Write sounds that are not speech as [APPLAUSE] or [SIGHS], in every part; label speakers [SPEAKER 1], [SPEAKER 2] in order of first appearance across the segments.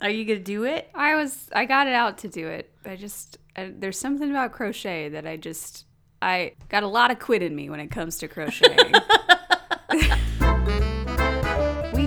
[SPEAKER 1] Are you gonna do it?
[SPEAKER 2] I was I got it out to do it. I just I, there's something about crochet that I just I got a lot of quit in me when it comes
[SPEAKER 3] [LAUGHS]
[SPEAKER 2] to crocheting.
[SPEAKER 3] We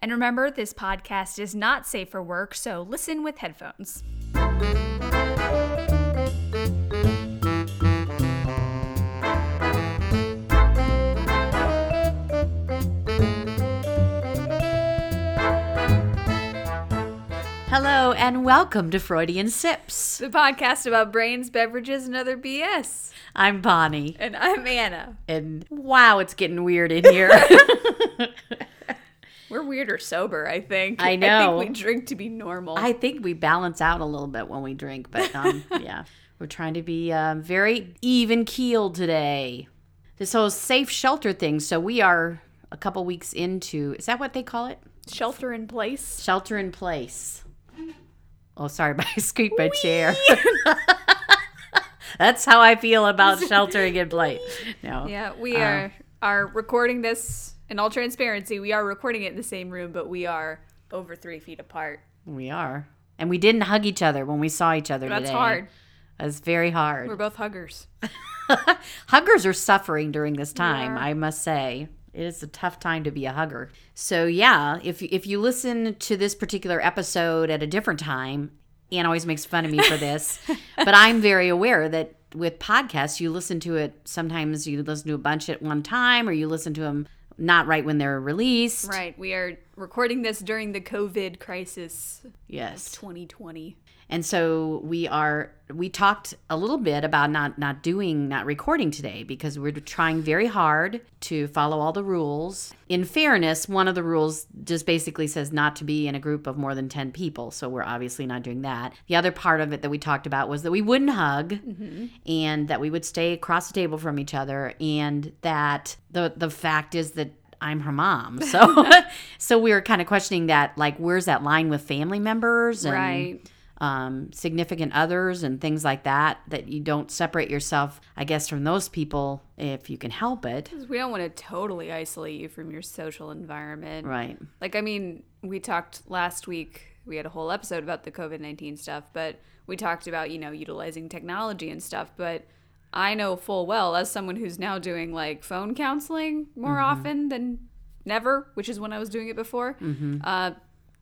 [SPEAKER 4] And remember, this podcast is not safe for work, so listen with headphones.
[SPEAKER 3] Hello and welcome to Freudian Sips.
[SPEAKER 2] the podcast about brains, beverages, and other BS.
[SPEAKER 3] I'm Bonnie.
[SPEAKER 2] And I'm Anna.
[SPEAKER 3] And wow, it's getting weird in [LAUGHS] here.
[SPEAKER 2] We're weirder sober, I think.
[SPEAKER 3] I know.
[SPEAKER 2] I think we drink to be normal.
[SPEAKER 3] I think we balance out a little bit when we drink, but um,
[SPEAKER 2] [LAUGHS]
[SPEAKER 3] yeah, we're trying to be um, very even keeled today. This whole safe shelter thing. So we are a couple weeks into. Is that what they call it?
[SPEAKER 2] Shelter in place.
[SPEAKER 3] Shelter in place. Oh, sorry, [LAUGHS] I squeaked my chair. [LAUGHS] That's how I feel
[SPEAKER 2] [LAUGHS]
[SPEAKER 3] about sheltering in place. No.
[SPEAKER 2] Yeah, we are are recording this in all transparency. We are recording it in the same room, but we are over three feet apart.
[SPEAKER 3] We are. And we didn't hug each other when we saw each other
[SPEAKER 2] That's
[SPEAKER 3] today.
[SPEAKER 2] hard.
[SPEAKER 3] That's very hard.
[SPEAKER 2] We're both huggers.
[SPEAKER 3] Huggers are suffering during this time, I must say. It is a tough time to be a hugger. So yeah, if if you listen to this particular episode at a different time, Anne always makes fun of me for this, but I'm very aware that with podcasts, you listen to it sometimes you listen to a bunch at one time or you listen to them not right when they're released.
[SPEAKER 2] Right. We are recording this during the COVID crisis
[SPEAKER 3] Yes.
[SPEAKER 2] 2020.
[SPEAKER 3] And so we are we talked a little bit about not not doing not recording today because we're trying very hard to follow all the rules. In fairness, one of the rules just basically says not to be in a group of more than 10 people, so we're obviously not doing that. The other part of it that we talked about was that we wouldn't hug and that we would stay across the table from each other and that the the fact is that I'm her mom. So [LAUGHS] so we were kind of questioning that like where's that line with family members and
[SPEAKER 2] Right.
[SPEAKER 3] um, significant others and things like that, that you don't separate yourself, I guess, from those people if you can help it.
[SPEAKER 2] 'Cause We don't want to totally isolate you from your social environment.
[SPEAKER 3] Right.
[SPEAKER 2] Like, I mean, we talked last week, we had a whole episode about the COVID 19 stuff, but we talked about, you know, utilizing technology and stuff. But I know full well, as someone who's now doing like phone counseling more
[SPEAKER 3] Mm-hmm.
[SPEAKER 2] often than never, which is when I was doing it before, uh,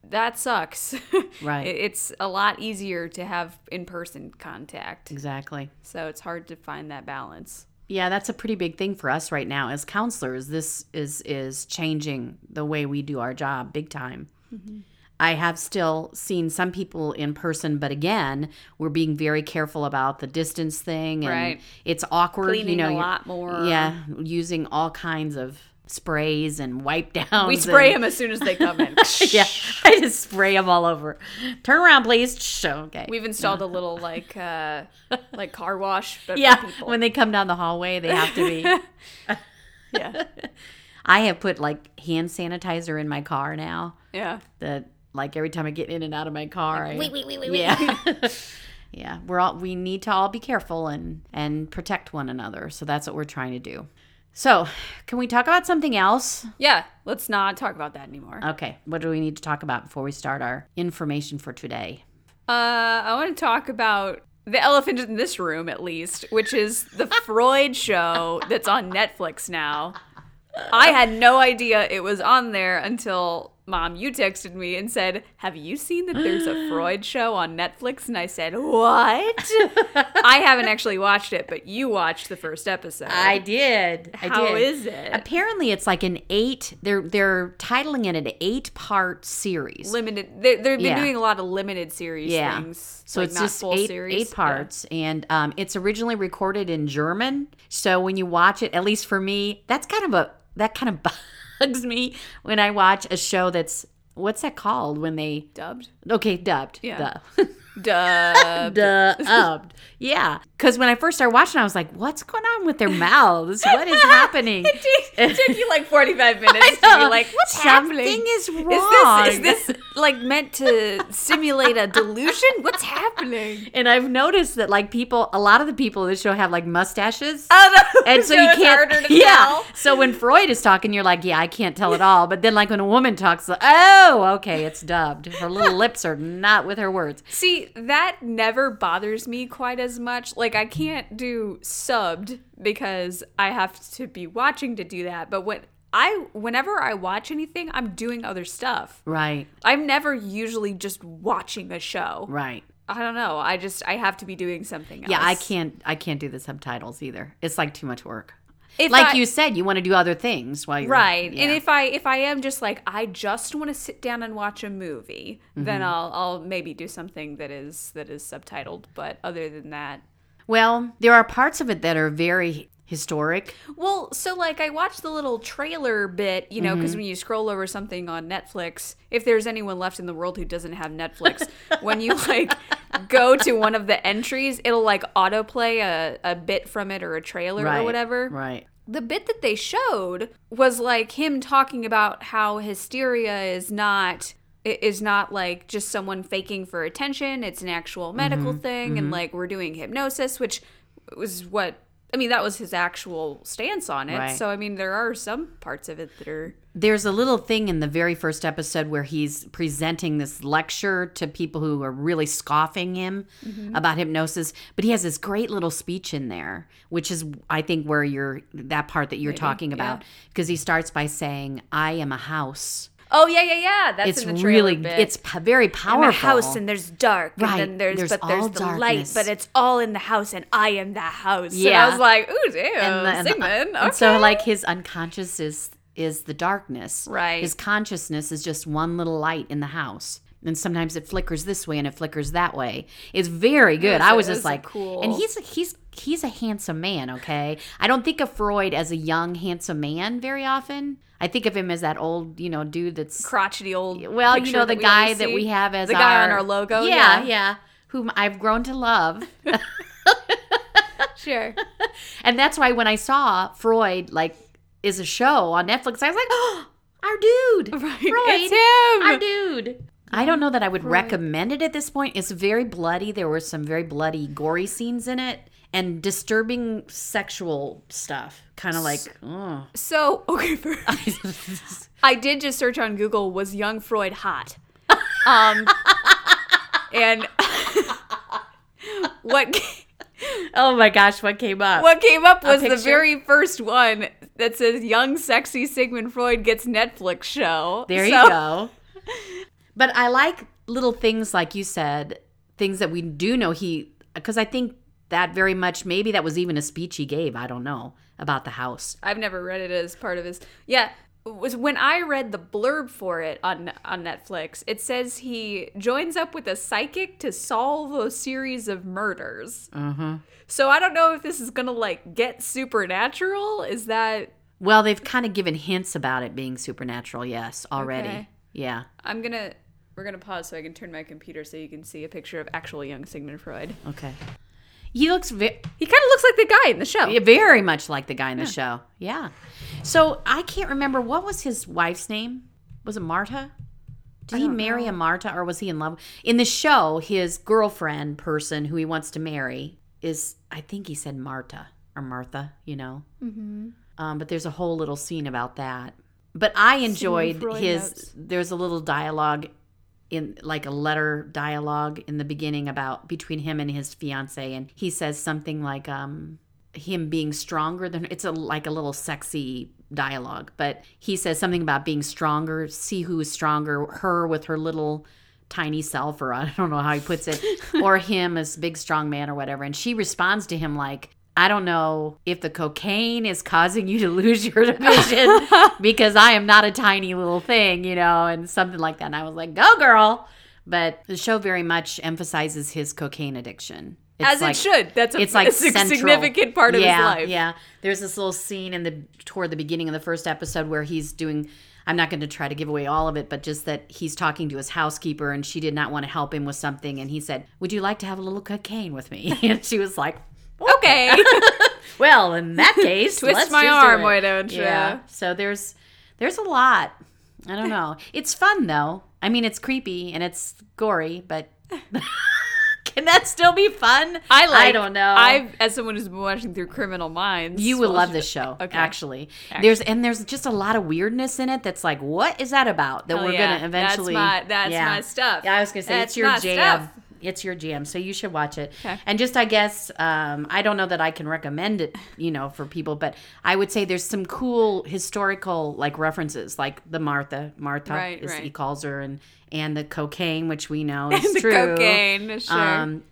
[SPEAKER 2] that sucks.
[SPEAKER 3] Mm-hmm.
[SPEAKER 2] [LAUGHS]
[SPEAKER 3] Right.
[SPEAKER 2] It- it's a lot easier to have in person contact.
[SPEAKER 3] Exactly.
[SPEAKER 2] So it's hard to find that balance.
[SPEAKER 3] Yeah, that's a pretty big thing for us right now as counselors. This is is changing the way we do our job big time.
[SPEAKER 2] Mm-hmm.
[SPEAKER 3] I have still seen some people in person, but again, we're being very careful about the distance thing, and
[SPEAKER 2] Right.
[SPEAKER 3] it's awkward. you
[SPEAKER 2] Cleaning
[SPEAKER 3] know,
[SPEAKER 2] a
[SPEAKER 3] you-
[SPEAKER 2] lot more.
[SPEAKER 3] Yeah, using all kinds of sprays and wipe downs.
[SPEAKER 2] We spray
[SPEAKER 3] and-
[SPEAKER 2] them as soon as they
[SPEAKER 3] [LAUGHS]
[SPEAKER 2] come in.
[SPEAKER 3] yeah, I just spray them all over. Turn around, please. Shh, okay.
[SPEAKER 2] We've installed a little like uh like car wash, but for
[SPEAKER 3] yeah,
[SPEAKER 2] people.
[SPEAKER 3] when they come down the hallway, they have to [LAUGHS] be.
[SPEAKER 2] yeah,
[SPEAKER 3] I have put like hand sanitizer in my car now.
[SPEAKER 2] yeah.
[SPEAKER 3] That like every time I get in and out of my car, I, wait, wait, wait, wait, yeah. [LAUGHS] Yeah, we're all we need to all be careful and and protect one another. So that's what we're trying to do. So, can we talk about something else?
[SPEAKER 2] Yeah, let's not talk about that anymore. Uh,
[SPEAKER 3] Okay, what do we need to talk about before we start our information for today?
[SPEAKER 2] Uh, I want to talk about the elephant in this room, at least, which is the Freud show that's on Netflix now. I had no idea it was on there until mom, you texted me and said, Have you seen that there's a Freud show on Netflix? And I said, What? I haven't actually watched it, but you watched the first episode.
[SPEAKER 3] did.
[SPEAKER 2] How is it?
[SPEAKER 3] Apparently, it's like an eight. They're they're titling it an eight part series.
[SPEAKER 2] limited. They, they've been
[SPEAKER 3] Yeah.
[SPEAKER 2] doing a lot of limited series
[SPEAKER 3] yeah,
[SPEAKER 2] things.
[SPEAKER 3] so
[SPEAKER 2] like
[SPEAKER 3] it's
[SPEAKER 2] not
[SPEAKER 3] just
[SPEAKER 2] full
[SPEAKER 3] eight
[SPEAKER 2] series.
[SPEAKER 3] eight parts, and um, it's originally recorded in German. So when you watch it, at least for me, that's kind of a that kind of [LAUGHS] bugs me when I watch a show that's what's that called when they
[SPEAKER 2] Yeah. dubbed.
[SPEAKER 3] okay dubbed
[SPEAKER 2] Yeah.
[SPEAKER 3] duh. [LAUGHS]
[SPEAKER 2] Duh.
[SPEAKER 3] Duh, up. Yeah. Because when I first started watching, I was like, what's going on with their mouths? What
[SPEAKER 2] [LAUGHS]
[SPEAKER 3] is happening?
[SPEAKER 2] it took you like 45 minutes to be like, [LAUGHS] what's
[SPEAKER 3] Something
[SPEAKER 2] happening?
[SPEAKER 3] is
[SPEAKER 2] Is
[SPEAKER 3] wrong.
[SPEAKER 2] this, is this like meant to simulate a delusion?
[SPEAKER 3] [LAUGHS]
[SPEAKER 2] What's happening?
[SPEAKER 3] And I've noticed that like people, a lot of the people in this show have like mustaches.
[SPEAKER 2] Oh, [LAUGHS] no.
[SPEAKER 3] and so, you
[SPEAKER 2] it's
[SPEAKER 3] can't
[SPEAKER 2] harder
[SPEAKER 3] [LAUGHS]
[SPEAKER 2] to
[SPEAKER 3] yeah
[SPEAKER 2] tell.
[SPEAKER 3] so when freud is talking you're like yeah i can't
[SPEAKER 2] [LAUGHS]
[SPEAKER 3] tell at all but then like when a woman talks like, oh okay it's dubbed her
[SPEAKER 2] [LAUGHS]
[SPEAKER 3] little lips are not with her words
[SPEAKER 2] See, that never bothers me quite as much. Like I can't do subbed because I have to be watching to do that. But when I whenever I watch anything, I'm doing other stuff.
[SPEAKER 3] right
[SPEAKER 2] I'm never usually just watching a show.
[SPEAKER 3] right
[SPEAKER 2] I don't know. I just I have to be doing something else.
[SPEAKER 3] yeah i can't i can't do the subtitles either it's like too much work
[SPEAKER 2] If
[SPEAKER 3] like
[SPEAKER 2] I-
[SPEAKER 3] you said you want to do other things while you're
[SPEAKER 2] Right.
[SPEAKER 3] yeah.
[SPEAKER 2] And if I if I am just like I just want to sit down and watch a movie, then
[SPEAKER 3] Mm-hmm.
[SPEAKER 2] I'll I'll maybe do something that is that is subtitled, but other than that,
[SPEAKER 3] well there are parts of it that are very historic
[SPEAKER 2] Well, so like I watched the little trailer bit, you know,
[SPEAKER 3] Mm-hmm.
[SPEAKER 2] because when you scroll over something on Netflix, if there's anyone left in the world who doesn't have
[SPEAKER 3] [LAUGHS]
[SPEAKER 2] Netflix, when you like go to one of the entries, it'll like autoplay a, a bit from it or a trailer
[SPEAKER 3] right
[SPEAKER 2] or whatever.
[SPEAKER 3] right
[SPEAKER 2] The bit that they showed was like him talking about how hysteria is not i- is not like just someone faking for attention. It's an
[SPEAKER 3] Mm-hmm.
[SPEAKER 2] actual medical thing, and like we're doing hypnosis, which was what I mean. That was his actual stance on it.
[SPEAKER 3] Right.
[SPEAKER 2] So I mean, there are some parts of it that are
[SPEAKER 3] There's a little thing in the very first episode where he's presenting this lecture to people who are really scoffing him
[SPEAKER 2] Mm-hmm.
[SPEAKER 3] about hypnosis, but he has this great little speech in there, which is I think where you're that part that you're talking about because he starts by saying, "I am a house."
[SPEAKER 2] oh yeah yeah yeah. That's
[SPEAKER 3] it's
[SPEAKER 2] in the trailer
[SPEAKER 3] really
[SPEAKER 2] bit.
[SPEAKER 3] it's p- very
[SPEAKER 2] I'm
[SPEAKER 3] powerful.
[SPEAKER 2] a house and there's dark
[SPEAKER 3] Right.
[SPEAKER 2] and then there's,
[SPEAKER 3] There's
[SPEAKER 2] but there's
[SPEAKER 3] all
[SPEAKER 2] the light
[SPEAKER 3] darkness.
[SPEAKER 2] but it's all in the house and I am the house and I
[SPEAKER 3] Yeah.
[SPEAKER 2] was like ooh damn
[SPEAKER 3] And the- and the-
[SPEAKER 2] Sigmund
[SPEAKER 3] and so
[SPEAKER 2] Oh, okay.
[SPEAKER 3] like his unconscious is is the darkness
[SPEAKER 2] Right.
[SPEAKER 3] his consciousness is just one little light in the house and sometimes it flickers this way and it flickers that way it's very good
[SPEAKER 2] was
[SPEAKER 3] i
[SPEAKER 2] a-
[SPEAKER 3] was
[SPEAKER 2] it
[SPEAKER 3] just
[SPEAKER 2] was a
[SPEAKER 3] like
[SPEAKER 2] cool-
[SPEAKER 3] and he's he's he's a handsome man okay i don't think of freud as a young handsome man very often i think of him as that old you know dude that's
[SPEAKER 2] crotchety old.
[SPEAKER 3] well, you
[SPEAKER 2] picture
[SPEAKER 3] know the
[SPEAKER 2] we
[SPEAKER 3] guy
[SPEAKER 2] always
[SPEAKER 3] that
[SPEAKER 2] see?
[SPEAKER 3] we have as
[SPEAKER 2] the guy on
[SPEAKER 3] our-
[SPEAKER 2] our logo.
[SPEAKER 3] yeah,
[SPEAKER 2] Yeah,
[SPEAKER 3] yeah, whom I've grown to love.
[SPEAKER 2] sure.
[SPEAKER 3] And that's why when I saw Freud like is a show on Netflix, I was like, oh, our dude,
[SPEAKER 2] [LAUGHS] Right,
[SPEAKER 3] Freud,
[SPEAKER 2] it's
[SPEAKER 3] our
[SPEAKER 2] him.
[SPEAKER 3] dude. I don't know that I would
[SPEAKER 2] Freud.
[SPEAKER 3] recommend it at this point. It's very bloody. There were some very bloody, gory scenes in it, and disturbing sexual stuff. Kind of like, oh.
[SPEAKER 2] So [LAUGHS]
[SPEAKER 3] [LAUGHS]
[SPEAKER 2] okay, for, [LAUGHS] I did just search on Google. Was young Freud hot?
[SPEAKER 3] [LAUGHS]
[SPEAKER 2] Um, and [LAUGHS] what ca-
[SPEAKER 3] oh my gosh, what came up?
[SPEAKER 2] what came up was the
[SPEAKER 3] picture?
[SPEAKER 2] very first one that says "Young sexy Sigmund Freud gets Netflix show."
[SPEAKER 3] There
[SPEAKER 2] So-
[SPEAKER 3] you go. [LAUGHS] But I like little things like you said, things that we do know he because I think that very much maybe that was even a speech he gave, I don't know, about the house.
[SPEAKER 2] I've never read it as part of his. Yeah, was when I read the blurb for it on on Netflix. It says he joins up with a psychic to solve a series of murders.
[SPEAKER 3] Uh-huh.
[SPEAKER 2] So I don't know if this is gonna like get supernatural. Is that
[SPEAKER 3] Well, they've kind of given hints about it being supernatural, yes, already.
[SPEAKER 2] Okay.
[SPEAKER 3] Yeah.
[SPEAKER 2] I'm gonna. We're gonna pause so I can turn my computer so you can see a picture of actual young Sigmund Freud.
[SPEAKER 3] Okay. He looks very
[SPEAKER 2] He kind of looks like the guy in the show.
[SPEAKER 3] very much like the guy in the show. Yeah. So I can't remember what was his wife's name? Was it Marta? Did he marry a Marta or was he in love? In the show, his girlfriend person who he wants to marry is I think he said Marta or Martha, you know.
[SPEAKER 2] Mm-hmm.
[SPEAKER 3] Um, but there's a whole little scene about that. But I enjoyed
[SPEAKER 2] Freud
[SPEAKER 3] his
[SPEAKER 2] notes.
[SPEAKER 3] there's a little dialogue in like a letter dialogue in the beginning about between him and his fiance and he says something like um him being stronger than it's a like a little sexy dialogue but he says something about being stronger see who is stronger her with her little tiny self or i don't know how he puts
[SPEAKER 2] [LAUGHS]
[SPEAKER 3] it or him as big strong man or whatever and she responds to him like i don't know if the cocaine is causing you to lose your
[SPEAKER 2] [LAUGHS]
[SPEAKER 3] division because i am not a tiny little thing you know and something like that and i was like go girl but the show very much emphasizes his cocaine addiction It's
[SPEAKER 2] As
[SPEAKER 3] like-
[SPEAKER 2] it should. [LAUGHS] That's a,
[SPEAKER 3] it's like
[SPEAKER 2] a sig-
[SPEAKER 3] central.
[SPEAKER 2] significant part of
[SPEAKER 3] yeah,
[SPEAKER 2] his life.
[SPEAKER 3] Yeah, there's this little scene in the toward the beginning of the first episode where he's doing. I'm not going to try to give away all of it, but just that he's talking to his housekeeper and she did not want to help him with something. And he said, Would you like to have a little cocaine with me? [LAUGHS] And she was like,
[SPEAKER 2] Okay.
[SPEAKER 3] [LAUGHS] Well, in
[SPEAKER 2] [LAUGHS]
[SPEAKER 3] that case,
[SPEAKER 2] Twist
[SPEAKER 3] let's
[SPEAKER 2] my
[SPEAKER 3] just do
[SPEAKER 2] arm,
[SPEAKER 3] it."
[SPEAKER 2] why don't ya?
[SPEAKER 3] So there's there's a lot. I don't
[SPEAKER 2] [LAUGHS]
[SPEAKER 3] know. It's fun though. I mean, it's creepy and it's gory,
[SPEAKER 2] [LAUGHS]
[SPEAKER 3] but [LAUGHS] can that still be fun?
[SPEAKER 2] I like.
[SPEAKER 3] I don't know.
[SPEAKER 2] I, as someone who's been watching through Criminal Minds,
[SPEAKER 3] you would
[SPEAKER 2] well, [LAUGHS]
[SPEAKER 3] love this show,
[SPEAKER 2] Okay.
[SPEAKER 3] actually. There's and there's just a lot of weirdness in it. That's like, what is that about? That
[SPEAKER 2] Oh,
[SPEAKER 3] we're
[SPEAKER 2] yeah.
[SPEAKER 3] gonna eventually.
[SPEAKER 2] That's my- that's my stuff.
[SPEAKER 3] Yeah, I was gonna say
[SPEAKER 2] That's
[SPEAKER 3] it's your
[SPEAKER 2] my
[SPEAKER 3] jam.
[SPEAKER 2] stuff.
[SPEAKER 3] It's your jam, so you should watch it.
[SPEAKER 2] Okay.
[SPEAKER 3] And just, I guess, um, I don't know that I can recommend it, you know, for people, but I would say there's some cool historical like references, like the Martha, Martha,
[SPEAKER 2] Right,
[SPEAKER 3] is,
[SPEAKER 2] right.
[SPEAKER 3] he calls her, and and the cocaine, which we know
[SPEAKER 2] [LAUGHS]
[SPEAKER 3] is
[SPEAKER 2] the
[SPEAKER 3] true Um,
[SPEAKER 2] cocaine. Sure.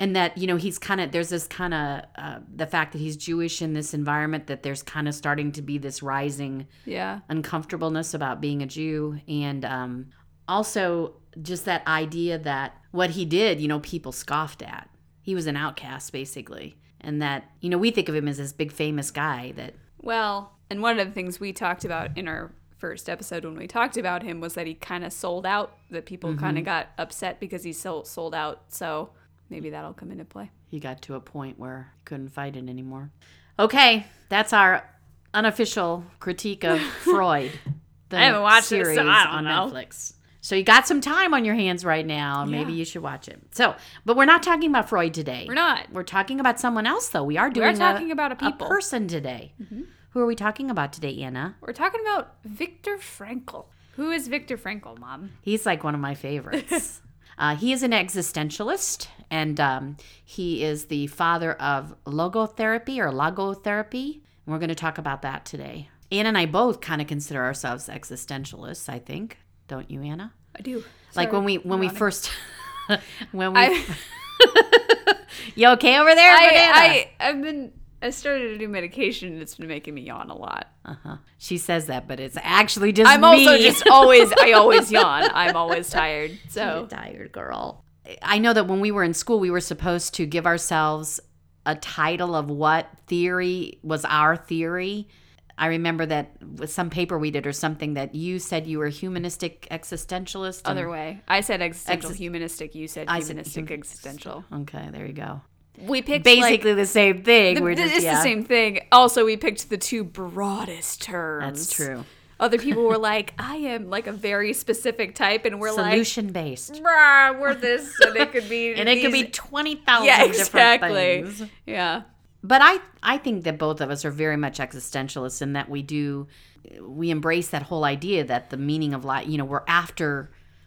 [SPEAKER 3] and that you know he's kind of there's this kind of uh, the fact that he's Jewish in this environment that there's kind of starting to be this rising
[SPEAKER 2] yeah.
[SPEAKER 3] uncomfortableness about being a Jew, and um, also just that idea that what he did, you know, people scoffed at. He was an outcast basically, and that you know we think of him as this big famous guy that
[SPEAKER 2] Well, and one of the things we talked about in our first episode when we talked about him was that he kind of sold out. That people
[SPEAKER 3] Mm-hmm.
[SPEAKER 2] kind of got upset because he sold sold out. So maybe that'll come into play.
[SPEAKER 3] he got to a point where he couldn't fight it anymore. Okay, that's our unofficial critique
[SPEAKER 2] [LAUGHS]
[SPEAKER 3] of Freud. The
[SPEAKER 2] I haven't watched it, so
[SPEAKER 3] series
[SPEAKER 2] I don't
[SPEAKER 3] on
[SPEAKER 2] know.
[SPEAKER 3] Netflix. So you got some time on your hands right now. and Maybe you should watch it. So, but we're not talking about Freud today.
[SPEAKER 2] We're not.
[SPEAKER 3] We're talking about someone else, though. We are doing.
[SPEAKER 2] talking about a people. Mm-hmm.
[SPEAKER 3] person today. Who are we talking about today, Anna?
[SPEAKER 2] We're talking about Viktor Frankl. Who is Viktor Frankl, Mom?
[SPEAKER 3] He's like one of my
[SPEAKER 2] [LAUGHS]
[SPEAKER 3] favorites. uh, he is an existentialist, and um, he is the father of logotherapy or logotherapy. And we're going to talk about that today. Anna and I both kind of consider ourselves existentialists. I think, don't you, Anna?
[SPEAKER 2] I do.
[SPEAKER 3] like when we when we first [LAUGHS] when we.
[SPEAKER 2] [LAUGHS] I-
[SPEAKER 3] you okay over there, Banana?
[SPEAKER 2] I, I I've been I started a new medication and it's been making me yawn a lot.
[SPEAKER 3] Uh-huh. She says that, but it's actually just
[SPEAKER 2] I'm
[SPEAKER 3] me.
[SPEAKER 2] also just always
[SPEAKER 3] [LAUGHS]
[SPEAKER 2] I always yawn. I'm always tired. So
[SPEAKER 3] tired girl. I know that when we were in school, we were supposed to give ourselves a title of what theory was our theory. I remember that with some paper we did or something that you said you were humanistic existentialist. and-
[SPEAKER 2] other way. I said existential
[SPEAKER 3] Exis-
[SPEAKER 2] humanistic, you said
[SPEAKER 3] I said
[SPEAKER 2] humanistic
[SPEAKER 3] human-
[SPEAKER 2] existential.
[SPEAKER 3] Okay, there you go.
[SPEAKER 2] We picked like,
[SPEAKER 3] Basically the same thing.
[SPEAKER 2] the-
[SPEAKER 3] we're just,
[SPEAKER 2] it's
[SPEAKER 3] yeah,
[SPEAKER 2] the same thing. Also, we picked the two broadest terms.
[SPEAKER 3] That's true. [LAUGHS]
[SPEAKER 2] Other people were like, I am like a very specific type and we're
[SPEAKER 3] Solution based.
[SPEAKER 2] like "Bruh, we're this and it could be
[SPEAKER 3] [LAUGHS] And it could be
[SPEAKER 2] these-
[SPEAKER 3] 20,000
[SPEAKER 2] Yeah,
[SPEAKER 3] different
[SPEAKER 2] exactly.
[SPEAKER 3] things.
[SPEAKER 2] Yeah.
[SPEAKER 3] but i i think that both of us are very much existentialists in that we do we embrace that whole idea that the meaning of life you know we're after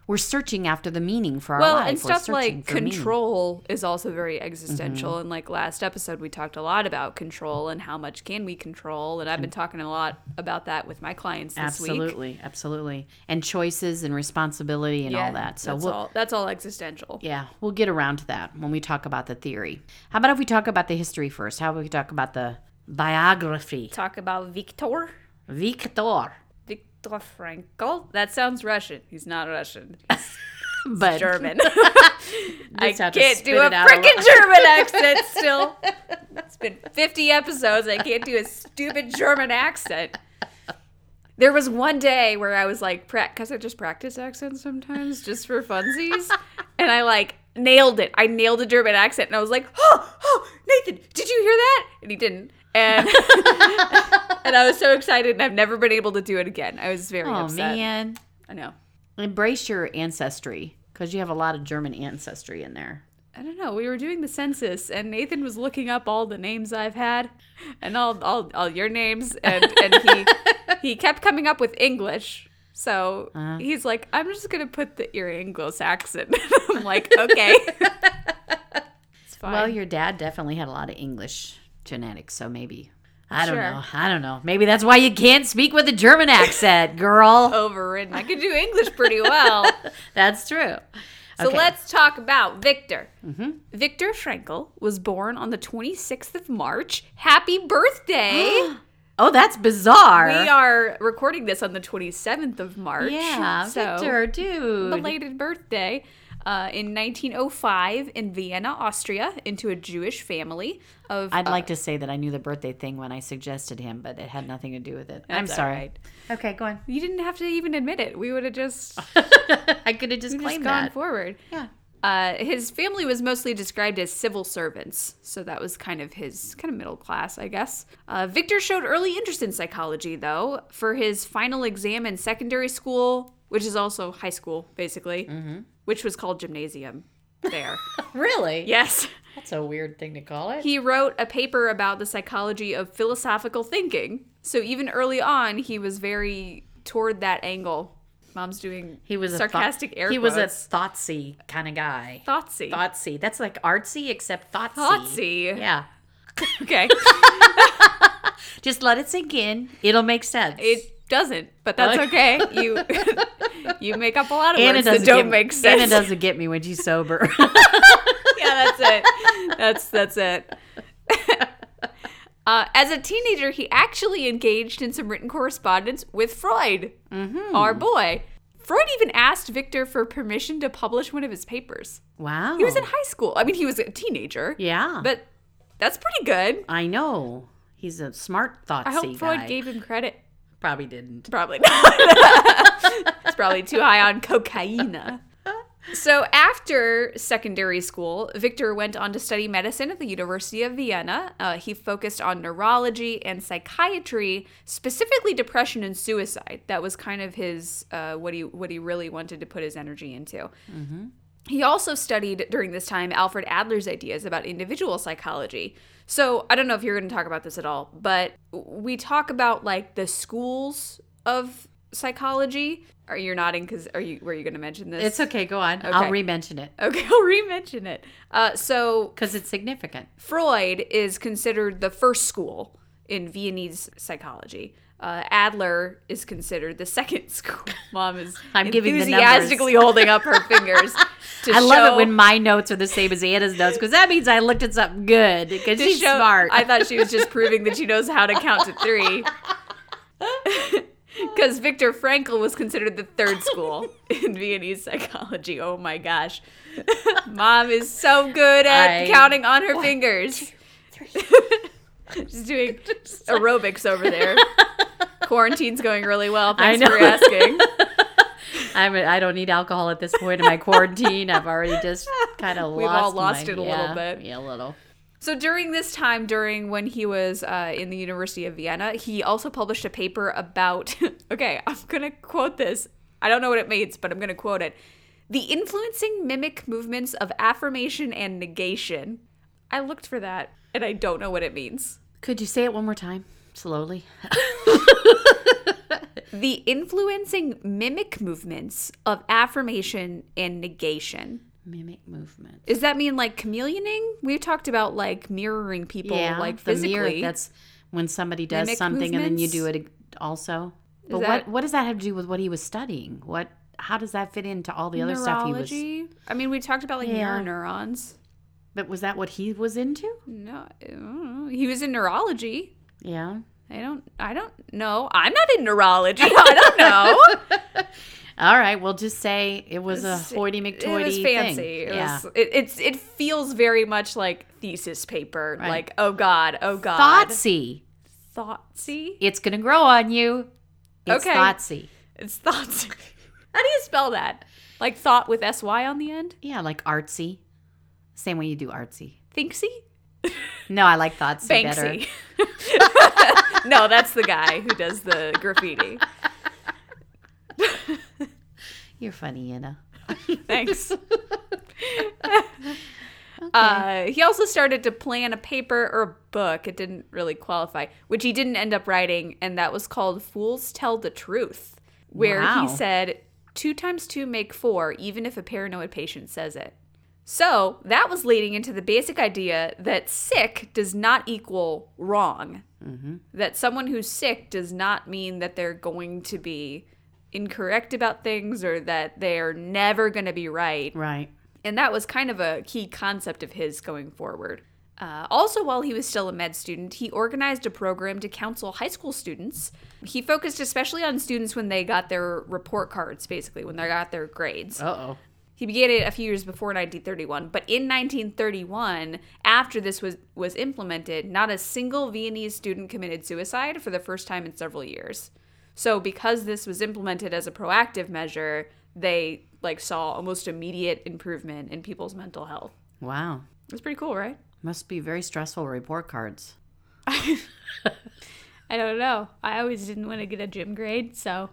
[SPEAKER 3] we're searching after the meaning for our
[SPEAKER 2] well
[SPEAKER 3] life
[SPEAKER 2] and
[SPEAKER 3] We're
[SPEAKER 2] stuff
[SPEAKER 3] searching
[SPEAKER 2] like
[SPEAKER 3] for meaning. Mm-hmm.
[SPEAKER 2] control is also very existential and like last episode we talked a lot about control and how much can we control and i've been talking a lot about that with my clients this week
[SPEAKER 3] absolutely absolutely and choices and responsibility and all that so
[SPEAKER 2] that's
[SPEAKER 3] we'll
[SPEAKER 2] all that's all existential
[SPEAKER 3] yeah we'll get around to that when we talk about the theory how about if we talk about the history first how about we talk about the biography
[SPEAKER 2] talk about victor
[SPEAKER 3] victor
[SPEAKER 2] victor frankl that sounds russian he's not
[SPEAKER 3] [LAUGHS]
[SPEAKER 2] russian
[SPEAKER 3] but
[SPEAKER 2] [LAUGHS] german i
[SPEAKER 3] Just have to
[SPEAKER 2] can't do
[SPEAKER 3] spit
[SPEAKER 2] a
[SPEAKER 3] it out a
[SPEAKER 2] freaking
[SPEAKER 3] lot.
[SPEAKER 2] german accent
[SPEAKER 3] [LAUGHS]
[SPEAKER 2] still it's been 50 episodes i can't do a stupid german accent There was one day where I was like, because I just practice accents sometimes just for
[SPEAKER 3] [LAUGHS]
[SPEAKER 2] funsies. and I like nailed it. I nailed a German accent and I was like, oh, oh, Nathan, did you hear that? And he didn't. And, [LAUGHS] and I was so excited and I've never been able to do it again. I was very
[SPEAKER 3] oh
[SPEAKER 2] upset.
[SPEAKER 3] man
[SPEAKER 2] I know.
[SPEAKER 3] embrace your ancestry because you have a lot of German ancestry in there.
[SPEAKER 2] I don't know. We were doing the census, and Nathan was looking up all the names I've had, and all all, all your names, and and
[SPEAKER 3] [LAUGHS]
[SPEAKER 2] he he kept coming up with English. So
[SPEAKER 3] Uh-huh.
[SPEAKER 2] he's like, I'm just gonna put the your Anglo-Saxon. [LAUGHS] I'm like,
[SPEAKER 3] [LAUGHS]
[SPEAKER 2] okay, it's fine.
[SPEAKER 3] Well, your dad definitely had a lot of English genetics, so maybe. I don't
[SPEAKER 2] Sure.
[SPEAKER 3] know. I don't know. Maybe that's why you can't speak with a German accent,
[SPEAKER 2] [LAUGHS]
[SPEAKER 3] girl.
[SPEAKER 2] overridden. I could do English
[SPEAKER 3] [LAUGHS]
[SPEAKER 2] pretty well.
[SPEAKER 3] That's true.
[SPEAKER 2] Oh.
[SPEAKER 3] Okay.
[SPEAKER 2] So
[SPEAKER 3] Mm-hmm.
[SPEAKER 2] let's talk about Victor. Victor Frankl was born on the 26th of March. Happy
[SPEAKER 3] [GASPS]
[SPEAKER 2] birthday! [GASPS]
[SPEAKER 3] Oh, that's bizarre.
[SPEAKER 2] We are recording this on the 27th of March.
[SPEAKER 3] Yeah,
[SPEAKER 2] so
[SPEAKER 3] Victor, dude.
[SPEAKER 2] belated birthday. uh, in 1905 in Vienna, Austria, into a Jewish family of. uh,
[SPEAKER 3] I'd like to say that I knew the birthday thing when I suggested him, but it had nothing to do with it. I'm
[SPEAKER 2] That's all
[SPEAKER 3] sorry.
[SPEAKER 2] right.
[SPEAKER 3] Okay, go
[SPEAKER 2] [LAUGHS]
[SPEAKER 3] on.
[SPEAKER 2] You didn't have to even admit it. We would have just,
[SPEAKER 3] I could have just
[SPEAKER 2] just
[SPEAKER 3] claimed
[SPEAKER 2] gone
[SPEAKER 3] that.
[SPEAKER 2] forward.
[SPEAKER 3] yeah.
[SPEAKER 2] Uh, his family was mostly described as civil servants, so that was kind of his kind of middle class, I guess. Uh, Victor showed early interest in psychology, though, for his final exam in secondary school, which is also high school, basically,
[SPEAKER 3] Mm-hmm.
[SPEAKER 2] which was called gymnasium. There, [LAUGHS]
[SPEAKER 3] Really?
[SPEAKER 2] yes.
[SPEAKER 3] That's a weird thing to call it.
[SPEAKER 2] He wrote a paper about the psychology of philosophical thinking. So even early on, he was very toward that angle. Mom's doing
[SPEAKER 3] He was
[SPEAKER 2] sarcastic
[SPEAKER 3] a thought-
[SPEAKER 2] air
[SPEAKER 3] He was a
[SPEAKER 2] quotes.
[SPEAKER 3] thoughtsy kind of guy.
[SPEAKER 2] thoughtsy.
[SPEAKER 3] Thoughtsy. That's like artsy except thoughtsy.
[SPEAKER 2] Thoughtsy.
[SPEAKER 3] Yeah.
[SPEAKER 2] Okay.
[SPEAKER 3] Just let it sink in. It'll make sense.
[SPEAKER 2] It doesn't, but that's okay. You [LAUGHS] you make up a lot of
[SPEAKER 3] Anna
[SPEAKER 2] words that
[SPEAKER 3] doesn't
[SPEAKER 2] don't
[SPEAKER 3] get-
[SPEAKER 2] make sense.
[SPEAKER 3] Anna doesn't get me when she's sober.
[SPEAKER 2] [LAUGHS] yeah, that's it. That's that's it. [LAUGHS] Uh, as a teenager, he actually engaged in some written correspondence with Freud,
[SPEAKER 3] Mm-hmm.
[SPEAKER 2] our boy. Freud even asked Victor for permission to publish one of his papers.
[SPEAKER 3] wow.
[SPEAKER 2] He was in high school. I mean, he was a teenager.
[SPEAKER 3] Oh. Yeah.
[SPEAKER 2] But that's pretty good.
[SPEAKER 3] I know. He's a smart thoughtsy
[SPEAKER 2] I hope Freud
[SPEAKER 3] guy.
[SPEAKER 2] gave him credit.
[SPEAKER 3] Probably didn't.
[SPEAKER 2] Probably not. [LAUGHS] it's probably too high on cocaine. So after secondary school, Victor went on to study medicine at the University of Vienna. Uh, he focused on neurology and psychiatry, specifically depression and suicide. That was kind of his uh, what he what he really wanted to put his energy into. He also studied during this time Alfred Adler's ideas about individual psychology. So I don't know if you're going to talk about this at all, but we talk about like the schools of psychology. Are you nodding? Because are you were you going to mention this?
[SPEAKER 3] It's okay. Go on. I'll
[SPEAKER 2] Okay.
[SPEAKER 3] re-mention it
[SPEAKER 2] Okay, [LAUGHS] I'll re-mention it. Uh, so
[SPEAKER 3] because it's significant.
[SPEAKER 2] Freud is considered the first school in Viennese psychology. Uh, Adler is considered the second [LAUGHS] school. Mom is
[SPEAKER 3] I'm giving the numbers.
[SPEAKER 2] enthusiastically holding up her fingers.
[SPEAKER 3] [LAUGHS]
[SPEAKER 2] To
[SPEAKER 3] I love
[SPEAKER 2] show-
[SPEAKER 3] it when my notes are the same as Anna's notes because that means I looked at something good because
[SPEAKER 2] to
[SPEAKER 3] she's
[SPEAKER 2] show-
[SPEAKER 3] smart.
[SPEAKER 2] I thought she was just proving that she knows how to count to
[SPEAKER 3] [LAUGHS]
[SPEAKER 2] three. Because Viktor Frankl was considered the third school in Viennese psychology. Oh my gosh. [LAUGHS] Mom is so good at
[SPEAKER 3] I-
[SPEAKER 2] counting on her fingers. [LAUGHS]
[SPEAKER 3] [LAUGHS]
[SPEAKER 2] She's doing aerobics over there. Quarantine's going really well.
[SPEAKER 3] I
[SPEAKER 2] Thanks for
[SPEAKER 3] know.
[SPEAKER 2] asking.
[SPEAKER 3] I'm a, I don't need alcohol at this point in my quarantine. I've already
[SPEAKER 2] [LAUGHS]
[SPEAKER 3] just kind of lost.
[SPEAKER 2] We've all lost
[SPEAKER 3] my-
[SPEAKER 2] it a little
[SPEAKER 3] yeah,
[SPEAKER 2] bit.
[SPEAKER 3] Yeah, a little.
[SPEAKER 2] So during this time, during when he was uh, in the University of Vienna, he also published a paper about. [LAUGHS] okay, I'm gonna quote this. I don't know what it means, but I'm gonna quote it. The influencing mimic movements of affirmation and negation. I looked for that, and I don't know what it means.
[SPEAKER 3] Could you say it one more time, slowly?
[SPEAKER 2] The influencing mimic movements of affirmation and negation.
[SPEAKER 3] Mimic movement.
[SPEAKER 2] Does that mean like chameleoning? We've talked about like mirroring people, like
[SPEAKER 3] the
[SPEAKER 2] physically.
[SPEAKER 3] mirror. That's when somebody does
[SPEAKER 2] Mimic
[SPEAKER 3] something and then you
[SPEAKER 2] movements?
[SPEAKER 3] do it also. But
[SPEAKER 2] that-
[SPEAKER 3] what what does that have to do with what he was studying? What how does that fit into all the other stuff he was?
[SPEAKER 2] Neurology. I mean, we talked about like mirror
[SPEAKER 3] Yeah.
[SPEAKER 2] neurons.
[SPEAKER 3] But was that what he was into?
[SPEAKER 2] No, I don't know. he was in neurology.
[SPEAKER 3] Yeah.
[SPEAKER 2] I don't. I don't know. I'm not in neurology. [LAUGHS] I don't
[SPEAKER 3] [LAUGHS]
[SPEAKER 2] know.
[SPEAKER 3] All right. We'll just say it was a
[SPEAKER 2] It's-
[SPEAKER 3] hoity
[SPEAKER 2] it
[SPEAKER 3] mctoity
[SPEAKER 2] was fancy. It
[SPEAKER 3] yeah.
[SPEAKER 2] was. It, it's. It feels very much like thesis paper.
[SPEAKER 3] Right.
[SPEAKER 2] Like oh god, oh god,
[SPEAKER 3] Thoughtsy.
[SPEAKER 2] thoughtsy.
[SPEAKER 3] It's gonna grow on you. It's
[SPEAKER 2] Okay.
[SPEAKER 3] thoughtsy.
[SPEAKER 2] It's thoughtsy. [LAUGHS] How do you spell that? Like thought with s y on the end.
[SPEAKER 3] Yeah, like artsy. Same way you do artsy.
[SPEAKER 2] Thinksy.
[SPEAKER 3] No, I like thoughtsy better.
[SPEAKER 2] Banksy. [LAUGHS] no, that's the guy who does the graffiti.
[SPEAKER 3] You're funny, Anna.
[SPEAKER 2] Thanks. uh, he also started to plan a paper or a book. It didn't really qualify, which he didn't end up writing, and that was called Fools Tell the Truth, where
[SPEAKER 3] Wow.
[SPEAKER 2] he said, Two times two make four, even if a paranoid patient says it. So that was leading into the basic idea that sick does not equal wrong. That someone who's sick does not mean that they're going to be incorrect about things or that they're never going to be right.
[SPEAKER 3] Right.
[SPEAKER 2] And that was kind of a key concept of his going forward. Uh, also, while he was still a med student, he organized a program to counsel high school students. He focused especially on students when they got their report cards, basically, when they got their grades.
[SPEAKER 3] Uh oh.
[SPEAKER 2] He He began it a few years before 1931, but in 1931, after this was was implemented, not a single Viennese student committed suicide for the first time in several years. So because this was implemented as a proactive measure, they like saw almost immediate improvement in people's mental health.
[SPEAKER 3] Wow.
[SPEAKER 2] It's pretty cool, right?
[SPEAKER 3] Must be very stressful report cards.
[SPEAKER 2] I don't know. I always didn't want to get a gym grade, so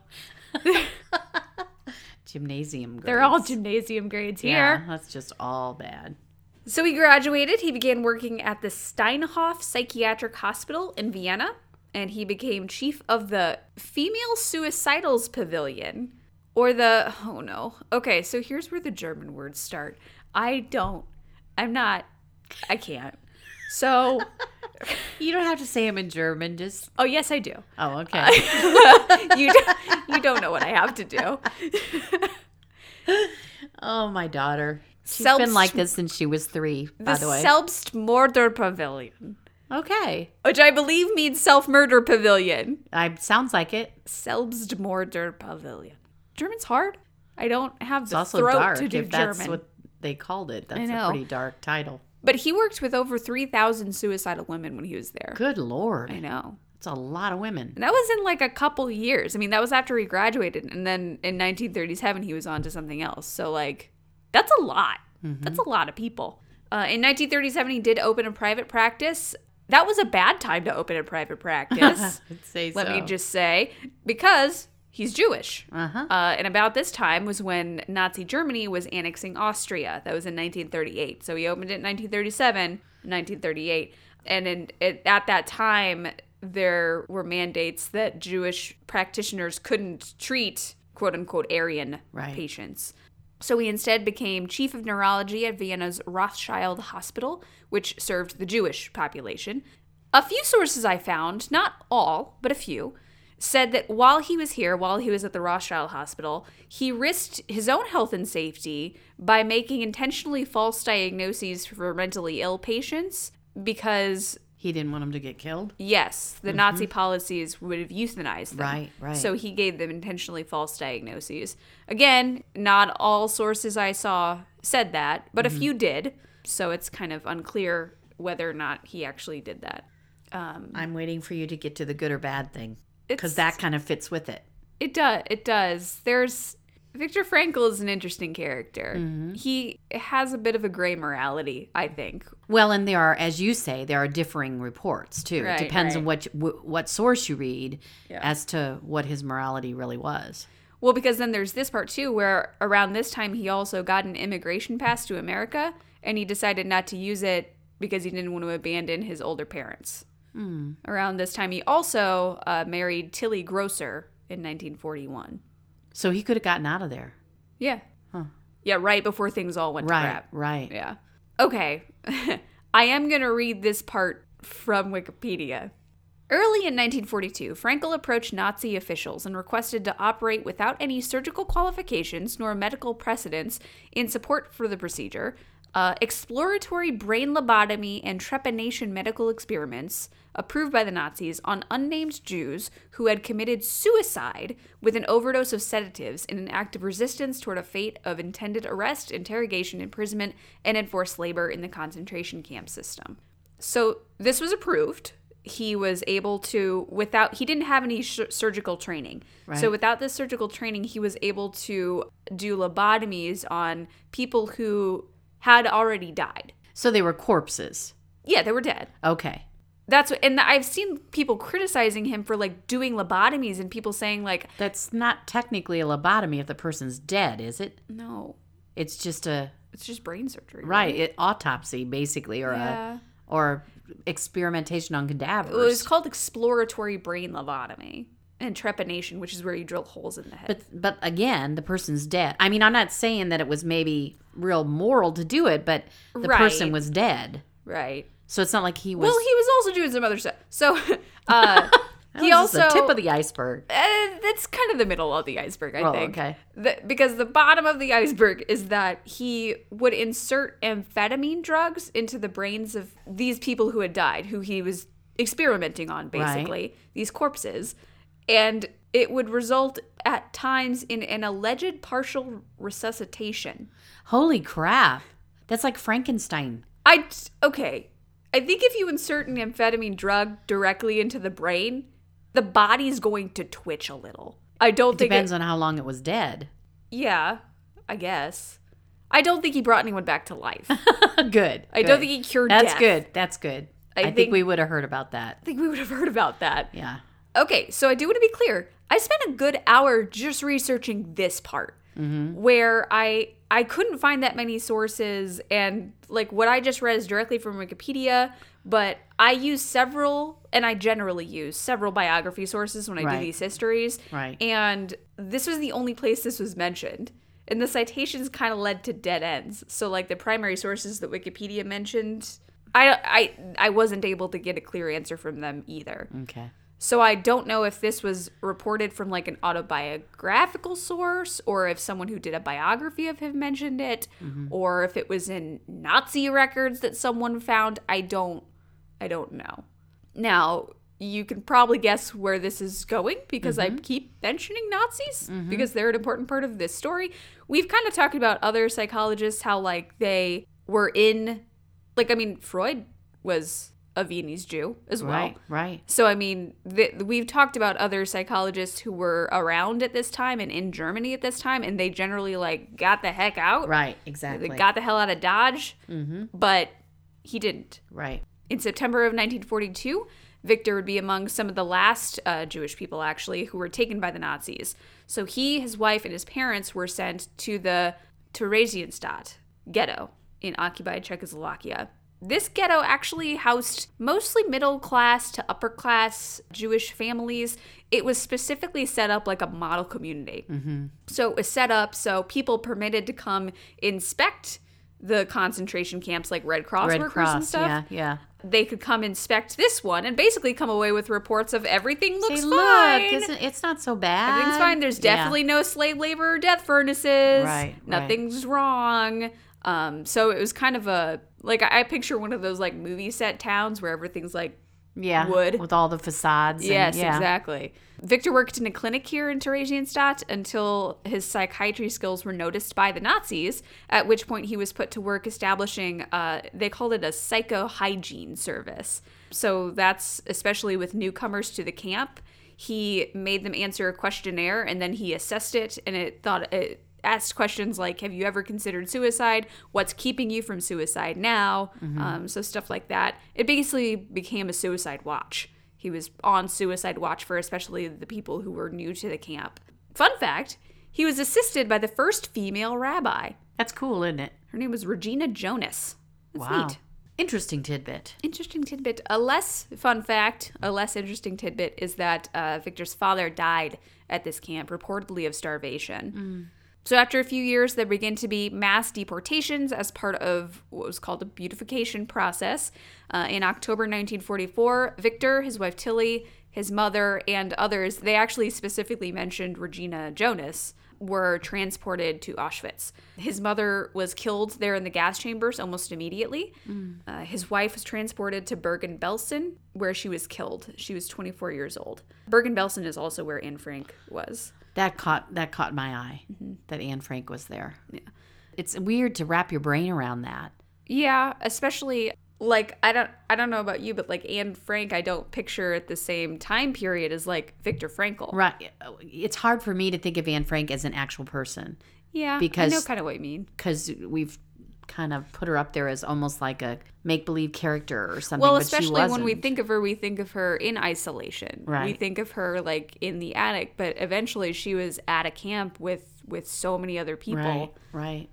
[SPEAKER 3] Gymnasium grades.
[SPEAKER 2] they're all gymnasium grades
[SPEAKER 3] Yeah,
[SPEAKER 2] here.
[SPEAKER 3] that's just all bad.
[SPEAKER 2] So he graduated. He began working at the Steinhof Psychiatric Hospital in Vienna, and he became chief of the Female Suicidals Pavilion, or the oh no. Okay, so here's where the German words start. I don't. I'm not. I can't. So
[SPEAKER 3] [LAUGHS] You don't have to say them in German. Just
[SPEAKER 2] oh yes, I do.
[SPEAKER 3] oh, okay.
[SPEAKER 2] You don't, [LAUGHS] you don't know what I have to do.
[SPEAKER 3] oh, my daughter. She's
[SPEAKER 2] Selbst-
[SPEAKER 3] been like this since she was three. by the way,
[SPEAKER 2] Selbst Murder Pavilion,
[SPEAKER 3] okay.
[SPEAKER 2] which I believe means self murder pavilion.
[SPEAKER 3] I sounds like it.
[SPEAKER 2] Selbstmorder Pavilion. German's hard. I don't have
[SPEAKER 3] It's
[SPEAKER 2] the
[SPEAKER 3] also
[SPEAKER 2] throat
[SPEAKER 3] dark.
[SPEAKER 2] to do
[SPEAKER 3] if that's
[SPEAKER 2] German.
[SPEAKER 3] what they called it, that's
[SPEAKER 2] know.
[SPEAKER 3] a pretty dark title.
[SPEAKER 2] But he worked with over 3,000 suicidal women when he was there.
[SPEAKER 3] Good lord,
[SPEAKER 2] I know.
[SPEAKER 3] it's a lot of women.
[SPEAKER 2] And that was in like a couple years. I mean, that was after he graduated. And then in 1937, he was on to something else. So, like, that's a lot.
[SPEAKER 3] Mm-hmm.
[SPEAKER 2] That's a lot of people. Uh, in 1937, he did open a private practice. That was a bad time to open a
[SPEAKER 3] [LAUGHS]
[SPEAKER 2] private practice,
[SPEAKER 3] I'd say
[SPEAKER 2] let
[SPEAKER 3] so.
[SPEAKER 2] me just say, because he's Jewish.
[SPEAKER 3] Uh-huh.
[SPEAKER 2] Uh, and about this time was when Nazi Germany was annexing Austria. That was in 1938. So he opened it in 1937, 1938. And in, it, at that time, there were mandates that Jewish practitioners couldn't treat quote unquote Aryan
[SPEAKER 3] Right.
[SPEAKER 2] patients. So he instead became chief of neurology at Vienna's Rothschild Hospital, which served the Jewish population. A few sources I found, not all, but a few, said that while he was here, while he was at the Rothschild Hospital, he risked his own health and safety by making intentionally false diagnoses for mentally ill patients because
[SPEAKER 3] He didn't want them to get killed.
[SPEAKER 2] Yes, the Nazi policies would have euthanized them.
[SPEAKER 3] Mm-hmm. Right, right.
[SPEAKER 2] So he gave them intentionally false diagnoses. Again, not all sources I saw said that, but
[SPEAKER 3] Mm-hmm.
[SPEAKER 2] a few did. So it's kind of unclear whether or not he actually did that.
[SPEAKER 3] I'm waiting for you to get to the good or bad thing
[SPEAKER 2] It's-
[SPEAKER 3] because that kind of fits with it.
[SPEAKER 2] It does. It does. There's Viktor Frankl is an interesting character.
[SPEAKER 3] Mm-hmm.
[SPEAKER 2] He has a bit of a gray morality, I think.
[SPEAKER 3] Well, and there are, as you say, there are differing reports too.
[SPEAKER 2] Right,
[SPEAKER 3] it depends on
[SPEAKER 2] right.
[SPEAKER 3] what wh- what source you read
[SPEAKER 2] Yeah.
[SPEAKER 3] as to what his morality really was.
[SPEAKER 2] Well, because then there's this part too, where around this time he also got an immigration pass to America, and he decided not to use it because he didn't want to abandon his older parents. Around this time, he also uh, married Tilly Grosser in 1941.
[SPEAKER 3] So he could have gotten out of there.
[SPEAKER 2] Yeah. Yeah, right before things all went
[SPEAKER 3] Right,
[SPEAKER 2] to crap.
[SPEAKER 3] right.
[SPEAKER 2] Yeah. Okay. [LAUGHS] I am going to read this part from Wikipedia. Early in 1942, Frankel approached Nazi officials and requested to operate without any surgical qualifications nor medical precedents in support for the procedure, uh, exploratory brain lobotomy and trepanation medical experiments approved by the Nazis on unnamed Jews who had committed suicide with an overdose of sedatives in an act of resistance toward a fate of intended arrest, interrogation, imprisonment, and enforced labor in the concentration camp system. So this was approved. He was able to without he didn't have any sh- surgical training. So
[SPEAKER 3] Right.
[SPEAKER 2] without this surgical training, he was able to do lobotomies on people who had already died.
[SPEAKER 3] So they were corpses.
[SPEAKER 2] Yeah, they were dead.
[SPEAKER 3] Okay.
[SPEAKER 2] That's what, and I've seen people criticizing him for like doing lobotomies and people saying like,
[SPEAKER 3] That's not technically a lobotomy if the person's dead, is it?
[SPEAKER 2] no,
[SPEAKER 3] It's just a
[SPEAKER 2] it's just brain surgery.
[SPEAKER 3] right it, autopsy basically, or
[SPEAKER 2] Mm. Yeah.
[SPEAKER 3] a or experimentation on
[SPEAKER 2] It was
[SPEAKER 3] cadavers.
[SPEAKER 2] called exploratory brain lobotomy and trepanation, which is where you drill holes in the head.
[SPEAKER 3] But but again, the person's dead. I mean, I'm not saying that it was maybe real moral to do it, but the person
[SPEAKER 2] Right.
[SPEAKER 3] was dead.
[SPEAKER 2] right.
[SPEAKER 3] So it's not like he was.
[SPEAKER 2] Well, he was also doing some other stuff. So, [LAUGHS] uh,
[SPEAKER 3] [LAUGHS] That
[SPEAKER 2] he
[SPEAKER 3] was just
[SPEAKER 2] also
[SPEAKER 3] the tip of the iceberg.
[SPEAKER 2] uh, that's kind of the middle of the iceberg, I
[SPEAKER 3] Oh,
[SPEAKER 2] think.
[SPEAKER 3] okay.
[SPEAKER 2] The- because the bottom of the iceberg is that he would insert amphetamine drugs into the brains of these people who had died, who he was experimenting on, basically, these corpses. And it would result at times in an alleged partial resuscitation.
[SPEAKER 3] Holy crap. That's like Frankenstein.
[SPEAKER 2] I t- okay. I think if you insert an amphetamine drug directly into the brain, the body's going to twitch a little. I don't think
[SPEAKER 3] Depends
[SPEAKER 2] it,
[SPEAKER 3] on how long it was dead. [LAUGHS]
[SPEAKER 2] Yeah, I guess. I don't think he brought anyone back to life. [LAUGHS] I
[SPEAKER 3] good.
[SPEAKER 2] I don't think he cured
[SPEAKER 3] That's
[SPEAKER 2] death.
[SPEAKER 3] good. That's good. I, think,
[SPEAKER 2] think-
[SPEAKER 3] we would have heard about that.
[SPEAKER 2] think we would have heard about that.
[SPEAKER 3] Yeah.
[SPEAKER 2] Okay, so I do want to be clear. I spent a good hour just researching this part,
[SPEAKER 3] Mm-hmm.
[SPEAKER 2] where I I couldn't find that many sources, and like what I just read is directly from Wikipedia. But I use several, and I generally use several biography sources when I
[SPEAKER 3] Right.
[SPEAKER 2] do these histories.
[SPEAKER 3] Right.
[SPEAKER 2] And this was the only place this was mentioned. And the citations kind of led to dead ends. So like the primary sources that Wikipedia mentioned, I I I wasn't able to get a clear answer from them either.
[SPEAKER 3] okay.
[SPEAKER 2] So I don't know if this was reported from like an autobiographical source or if someone who did a biography of him mentioned it or if it was in Nazi records that someone found. I don't I don't know. Now, you can probably guess where this is going because I keep mentioning Nazis because they're an important part of this story. We've kind of talked about other psychologists how like they were in like I mean Freud was a Viennese Jew as well.
[SPEAKER 3] Right. Right.
[SPEAKER 2] So I mean, th- we've talked about other psychologists who were around at this time and in Germany at this time, and they generally like got the heck out,
[SPEAKER 3] Right.
[SPEAKER 2] They
[SPEAKER 3] Exactly.
[SPEAKER 2] got the hell out of Dodge, but he didn't.
[SPEAKER 3] right.
[SPEAKER 2] In September of 1942, Victor would be among some of the last uh, Jewish people, actually, who were taken by the Nazis. So he, his wife, and his parents were sent to the Theresienstadt ghetto in occupied Czechoslovakia. This ghetto actually housed mostly middle class to upper class Jewish families. It was specifically set up like a model community.
[SPEAKER 3] Mm-hmm.
[SPEAKER 2] So it was set up so people permitted to come inspect the concentration camps, like Red Cross
[SPEAKER 3] Red
[SPEAKER 2] workers
[SPEAKER 3] Cross.
[SPEAKER 2] and stuff
[SPEAKER 3] Yeah. Yeah.
[SPEAKER 2] they could come inspect this one and basically come away with reports of everything looks
[SPEAKER 3] Say,
[SPEAKER 2] fine.
[SPEAKER 3] look, isn't, it's not so bad.
[SPEAKER 2] Everything's fine. There's
[SPEAKER 3] Yeah.
[SPEAKER 2] definitely no slave labor or death furnaces.
[SPEAKER 3] Right, right.
[SPEAKER 2] Nothing's wrong. Um, so it was kind of a like I I picture one of those like movie set towns where everything's like
[SPEAKER 3] yeah.
[SPEAKER 2] wood.
[SPEAKER 3] with all the facades. and-
[SPEAKER 2] yes,
[SPEAKER 3] yeah.
[SPEAKER 2] exactly. Victor worked in a clinic here in Theresienstadt until his psychiatry skills were noticed by the Nazis. At which point he was put to work establishing uh, they called it a psychohygiene service. So that's especially with newcomers to the camp. He made them answer a questionnaire and then he assessed it and it thought it asked questions like have you ever considered suicide what's keeping you from suicide now um, so stuff like that it basically became a suicide watch he was on suicide watch for especially the people who were new to the camp fun fact he was assisted by the first female rabbi
[SPEAKER 3] That's cool, isn't it?
[SPEAKER 2] her name was regina jonas That's
[SPEAKER 3] wow.
[SPEAKER 2] neat.
[SPEAKER 3] Interesting tidbit.
[SPEAKER 2] Interesting tidbit. A less fun fact, a less interesting tidbit is that uh, Victor's father died at this camp, reportedly of starvation. So after a few years, there began to be mass deportations as part of what was called the beautification process. Uh, in October 1944, Victor, his wife Tilly, his mother, and others, they actually specifically mentioned Regina Jonas, were transported to Auschwitz. His mother was killed there in the gas chambers almost immediately. Uh, his wife was transported to Bergen-Belsen, where she was killed. She was 24 years old. Bergen-Belsen is also where Anne Frank was.
[SPEAKER 3] That caught that caught my eye.
[SPEAKER 2] Mm-hmm.
[SPEAKER 3] That Anne Frank was there. Yeah. It's weird to wrap your brain around that.
[SPEAKER 2] Yeah, especially like I don't I don't know about you, but like Anne Frank, I don't picture at the same time period as like Viktor Frankl.
[SPEAKER 3] Right. It's hard for me to think of Anne Frank as an actual person
[SPEAKER 2] Yeah,
[SPEAKER 3] Because-
[SPEAKER 2] I know kind of what you mean.
[SPEAKER 3] because we've kind of put her up there as almost like a make believe character or something.
[SPEAKER 2] Well,
[SPEAKER 3] but she
[SPEAKER 2] especially when we
[SPEAKER 3] wasn't.
[SPEAKER 2] think of her, we think of her in isolation. We
[SPEAKER 3] Right.
[SPEAKER 2] think of her like in the attic, but eventually she was at a camp with with so many other people.
[SPEAKER 3] Right. Right.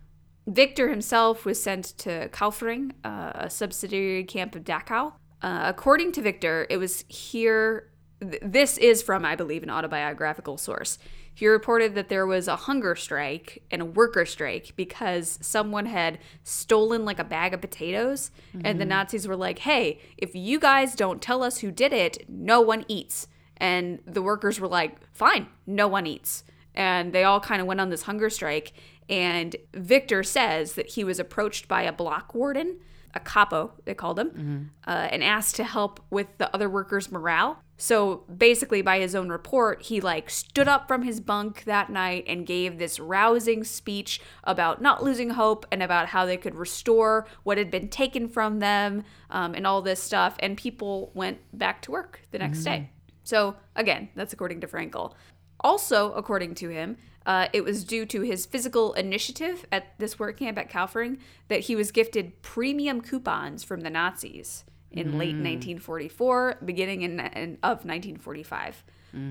[SPEAKER 2] Victor himself was sent to Kaufering, uh, a subsidiary camp of Dachau. Uh, according to Victor, it was here. Th- this is from, I believe, an autobiographical source. He reported that there was a hunger strike and a worker strike because someone had stolen like a bag of potatoes, and the Nazis were like, "Hey, if you guys don't tell us who did it, no one eats." And the workers were like, "Fine, no one eats." and they all kind of went on this hunger strike. And Victor says that he was approached by a block warden a capo, they called him, uh, and asked to help with the other workers' morale. So basically, by his own report, he like stood up from his bunk that night and gave this rousing speech about not losing hope and about how they could restore what had been taken from them um, and all this stuff. And people went back to work the next day. So again, that's according to Frankel. Also, according to him, uh, it was due to his physical initiative at this work camp at Kaufering that he was gifted premium coupons from the Nazis in late 1944, beginning in, in of 1945.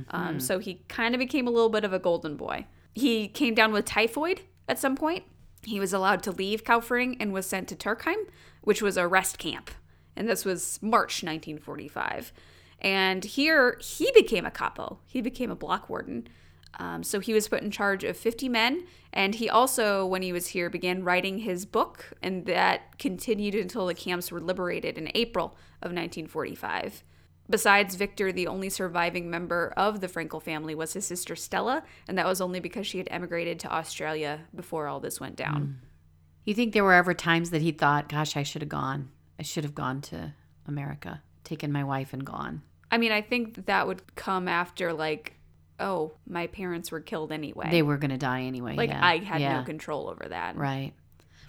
[SPEAKER 2] Um, so he kind of became a little bit of a golden boy. He came down with typhoid at some point. He was allowed to leave Kaufering and was sent to Turkheim, which was a rest camp. And this was March 1945. And here he became a capo. He became a block warden. Um, so he was put in charge of 50 men. And he also, when he was here, began writing his book. And that continued until the camps were liberated in April of 1945. Besides Victor, the only surviving member of the Frankel family was his sister Stella. And that was only because she had emigrated to Australia before all this went down.
[SPEAKER 3] You think there were ever times that he thought, gosh, I should have gone. I should have gone to America, taken my wife and gone.
[SPEAKER 2] I mean, I think that, that would come after, like, oh, my parents were killed anyway.
[SPEAKER 3] They were going to die anyway.
[SPEAKER 2] like,
[SPEAKER 3] yeah.
[SPEAKER 2] I had
[SPEAKER 3] yeah.
[SPEAKER 2] no control over that.
[SPEAKER 3] Right.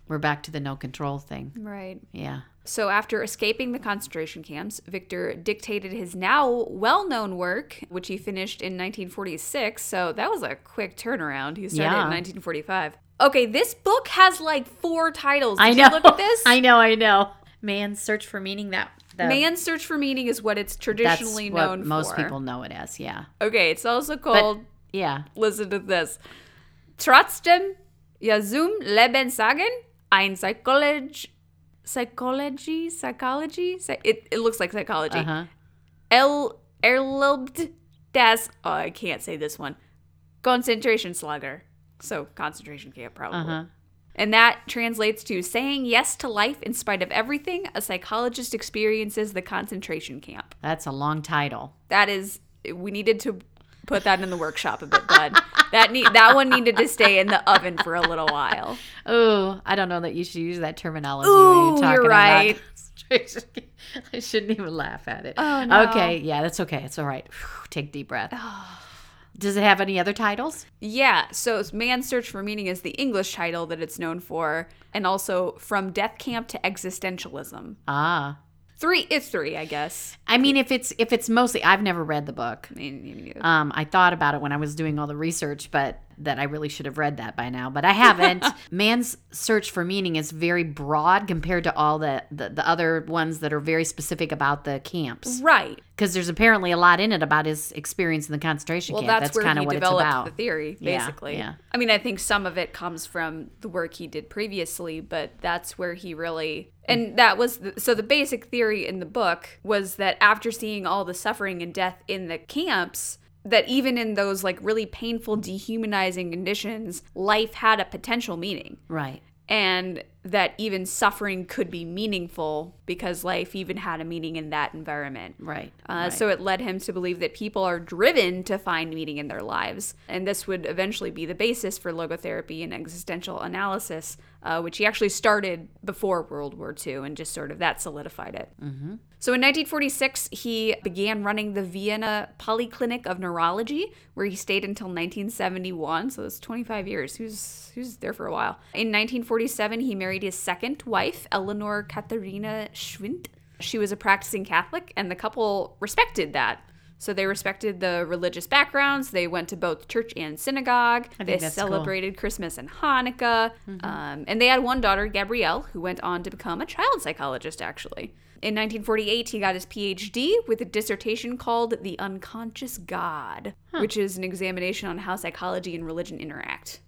[SPEAKER 3] We're back to the no control thing.
[SPEAKER 4] Right.
[SPEAKER 3] Yeah.
[SPEAKER 2] So, after escaping the concentration camps, Victor dictated his now well known work, which he finished in 1946. So, that was a quick turnaround. He started
[SPEAKER 3] Yeah.
[SPEAKER 2] in 1945. Okay, this book has like four titles. Did
[SPEAKER 3] I know.
[SPEAKER 2] You look at this.
[SPEAKER 3] [LAUGHS] I know. I know. Man's search for meaning. That, that
[SPEAKER 2] Man's Search for Meaning is what it's
[SPEAKER 3] that's
[SPEAKER 2] traditionally
[SPEAKER 3] what
[SPEAKER 2] known
[SPEAKER 3] most
[SPEAKER 2] for.
[SPEAKER 3] people know it as. Yeah.
[SPEAKER 2] Okay, it's also called,
[SPEAKER 3] Yeah.
[SPEAKER 2] listen to this. Trotzdem, ja zum Leben sagen, ein Psychology, psychology, psychology, Psy- it, it looks like psychology.
[SPEAKER 3] Uh huh.
[SPEAKER 2] El erlobt das. Oh, I can't say this one. Concentration slugger. So concentration camp probably.
[SPEAKER 3] Uh huh.
[SPEAKER 2] And that translates to saying yes to life in spite of everything. A psychologist experiences the concentration camp.
[SPEAKER 3] That's a long title.
[SPEAKER 2] That is, we needed to put that in the workshop a bit, bud. that need that one needed to stay in the oven for a little while.
[SPEAKER 3] Oh, I don't know that you should use that terminology when
[SPEAKER 2] Ooh,
[SPEAKER 3] you're
[SPEAKER 2] you're
[SPEAKER 3] talking
[SPEAKER 2] right.
[SPEAKER 3] about. [LAUGHS] I shouldn't even laugh at it.
[SPEAKER 2] Oh, no.
[SPEAKER 3] Okay, yeah, that's okay. It's all right. Take a deep
[SPEAKER 2] [SIGHS]
[SPEAKER 3] breath. Does it have any other titles?
[SPEAKER 2] Yeah, so Man's Search for Meaning is the English title that it's known for, and also From Death Camp to Existentialism.
[SPEAKER 3] Ah,
[SPEAKER 2] Three, it's three, I guess.
[SPEAKER 3] I mean, if it's if it's mostly, I've never read the book.
[SPEAKER 2] I mean, you- you-
[SPEAKER 3] Um, I thought about it when I was doing all the research, but that I really should have read that by now, but I
[SPEAKER 2] [LAUGHS]
[SPEAKER 3] haven't. Man's search for meaning is very broad compared to all the the, the other ones that are very specific about the
[SPEAKER 2] Mm.
[SPEAKER 3] camps.
[SPEAKER 2] right.
[SPEAKER 3] because there's apparently a lot in it about his experience in the concentration
[SPEAKER 2] Well,
[SPEAKER 3] camp.
[SPEAKER 2] that's,
[SPEAKER 3] That's,
[SPEAKER 2] where
[SPEAKER 3] kind
[SPEAKER 2] he
[SPEAKER 3] of what it's
[SPEAKER 2] developed
[SPEAKER 3] about.
[SPEAKER 2] the theory,
[SPEAKER 3] Yeah,
[SPEAKER 2] basically.
[SPEAKER 3] yeah.
[SPEAKER 2] I mean, I think some of it comes from the work he did previously, but that's where he really.
[SPEAKER 3] Mm.
[SPEAKER 2] And that was the, so the basic theory in the book was that after seeing all the suffering and death in the camps, that even in those like really painful, dehumanizing conditions, life had a potential meaning.
[SPEAKER 3] right.
[SPEAKER 2] and that even suffering could be meaningful because life even had a meaning in that environment.
[SPEAKER 3] Right.
[SPEAKER 2] Uh, So it led him to believe that people are driven to find meaning in their lives. And this would eventually be the basis for logotherapy and existential analysis, uh, which he actually started before World War II and just sort of that solidified it. So in 1946, he began running the Vienna Polyclinic of Neurology, where he stayed until 1971. So that's 25 years. Who's who's there for a while? In 1947, he married his second wife, Eleanor Katharina Schwind. She was a practicing Catholic, and the couple respected that. So they respected the religious backgrounds. They went to both church and synagogue.
[SPEAKER 3] I think
[SPEAKER 2] They
[SPEAKER 3] that's cool.
[SPEAKER 2] celebrated Christmas and Hanukkah. Um, and they had one daughter, Gabrielle, who went on to become a child psychologist, actually. In 1948, he got his PhD with a dissertation called The Unconscious God, which is an examination on how psychology and religion interact.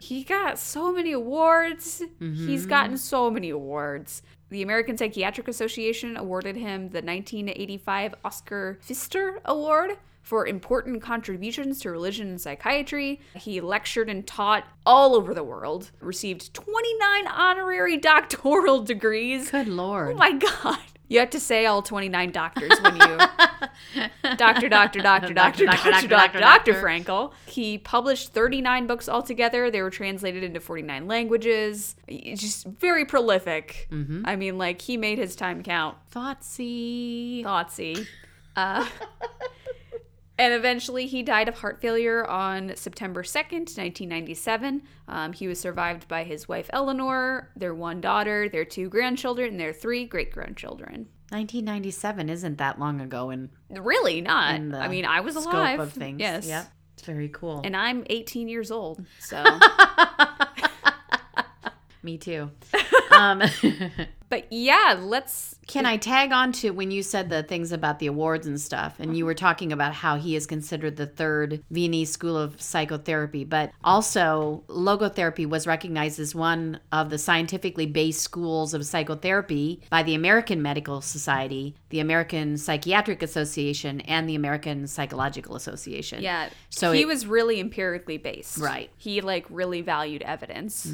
[SPEAKER 2] He got so many awards. He's gotten so many awards. The American Psychiatric Association awarded him the 1985 Oscar Pfister Award for important contributions to religion and psychiatry. He lectured and taught all over the world, received 29 honorary [LAUGHS] doctoral degrees.
[SPEAKER 3] Good lord.
[SPEAKER 2] Oh [LAUGHS] my God. You have to say all 29 doctors when [LAUGHS] you. Doctor, doctor, doctor, doctor, doctor, doctor, doctor, Dr. Frankel. He published 39 books altogether. They were translated into 49 languages. He's Just very prolific. I mean, like, he made his time count.
[SPEAKER 3] Thoughtsy.
[SPEAKER 2] Thoughtsy. Uh, and eventually he died of heart failure on September 2nd, 1997. Um, he was survived by his wife Eleanor, their one daughter, their two grandchildren, and their three great grandchildren.
[SPEAKER 3] 1997 isn't that long ago in
[SPEAKER 2] Really not.
[SPEAKER 3] in the
[SPEAKER 2] I mean, I was
[SPEAKER 3] scope
[SPEAKER 2] alive.
[SPEAKER 3] of things.
[SPEAKER 2] Yes.
[SPEAKER 3] Yep. It's very cool.
[SPEAKER 2] And I'm 18 years old.
[SPEAKER 3] [LAUGHS]
[SPEAKER 2] So,
[SPEAKER 3] Me [LAUGHS] too. um,
[SPEAKER 2] but yeah, let's.
[SPEAKER 3] can I tag on to when you said the things about the awards and stuff, and you were talking about how he is considered the third Viennese school of psychotherapy, but also logotherapy was recognized as one of the scientifically based schools of psychotherapy by the American Medical Society, the American Psychiatric Association, and the American Psychological Association.
[SPEAKER 2] Yeah.
[SPEAKER 3] So
[SPEAKER 2] he
[SPEAKER 3] it-
[SPEAKER 2] was really empirically based.
[SPEAKER 3] Right. Mm-hmm.
[SPEAKER 2] He like really valued evidence.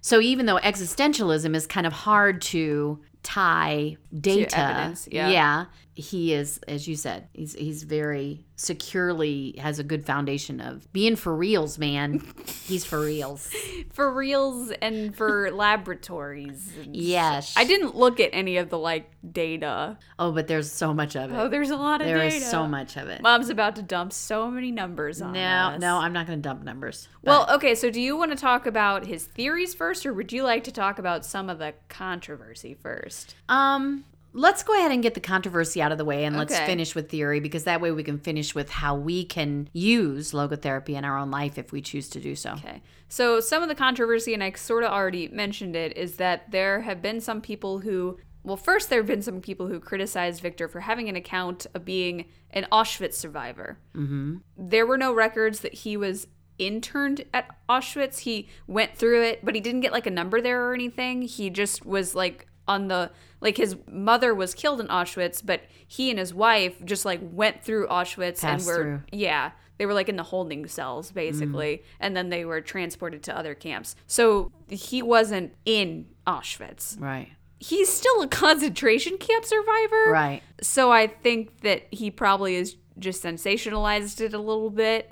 [SPEAKER 3] So even though existentialism is kind of hard to tie data,
[SPEAKER 2] evidence, yeah.
[SPEAKER 3] he is, as you said, he's he's very securely has a good foundation of being for reals, man. he's for
[SPEAKER 2] [LAUGHS]
[SPEAKER 3] reals.
[SPEAKER 2] For reals and for [LAUGHS] laboratories. and
[SPEAKER 3] Yes,
[SPEAKER 2] I didn't look at any of the like data.
[SPEAKER 3] Oh, but there's so much of it.
[SPEAKER 2] Oh, there's a lot of
[SPEAKER 3] there
[SPEAKER 2] data.
[SPEAKER 3] is so much of it.
[SPEAKER 2] Mom's about to dump so many numbers on
[SPEAKER 3] no,
[SPEAKER 2] us.
[SPEAKER 3] no, I'm not going to dump numbers. but
[SPEAKER 2] Well, okay, so do you want to talk about his theories first or would you like to talk about some of the controversy first?
[SPEAKER 3] Um, let's go ahead and get the controversy out of the way and let's
[SPEAKER 2] Okay.
[SPEAKER 3] finish with theory because that way we can finish with how we can use logotherapy in our own life if we choose to do so.
[SPEAKER 2] Okay. So some of the controversy, and I sort of already mentioned it, is that there have been some people who, well, first there have been some people who criticized Victor for having an account of being an Auschwitz survivor. Mm-hmm. There were no records that he was interned at Auschwitz. He went through it, but he didn't get like a number there or anything. He just was like on the like his mother was killed in Auschwitz, but he and his wife just like went through Auschwitz
[SPEAKER 3] Passed
[SPEAKER 2] and were
[SPEAKER 3] through. Mm.
[SPEAKER 2] yeah, they were like in the holding cells basically, and then they were transported to other camps. So he wasn't in Auschwitz.
[SPEAKER 3] Right.
[SPEAKER 2] He's still a concentration camp survivor.
[SPEAKER 3] Right.
[SPEAKER 2] So I think that he probably is just sensationalized it a little bit,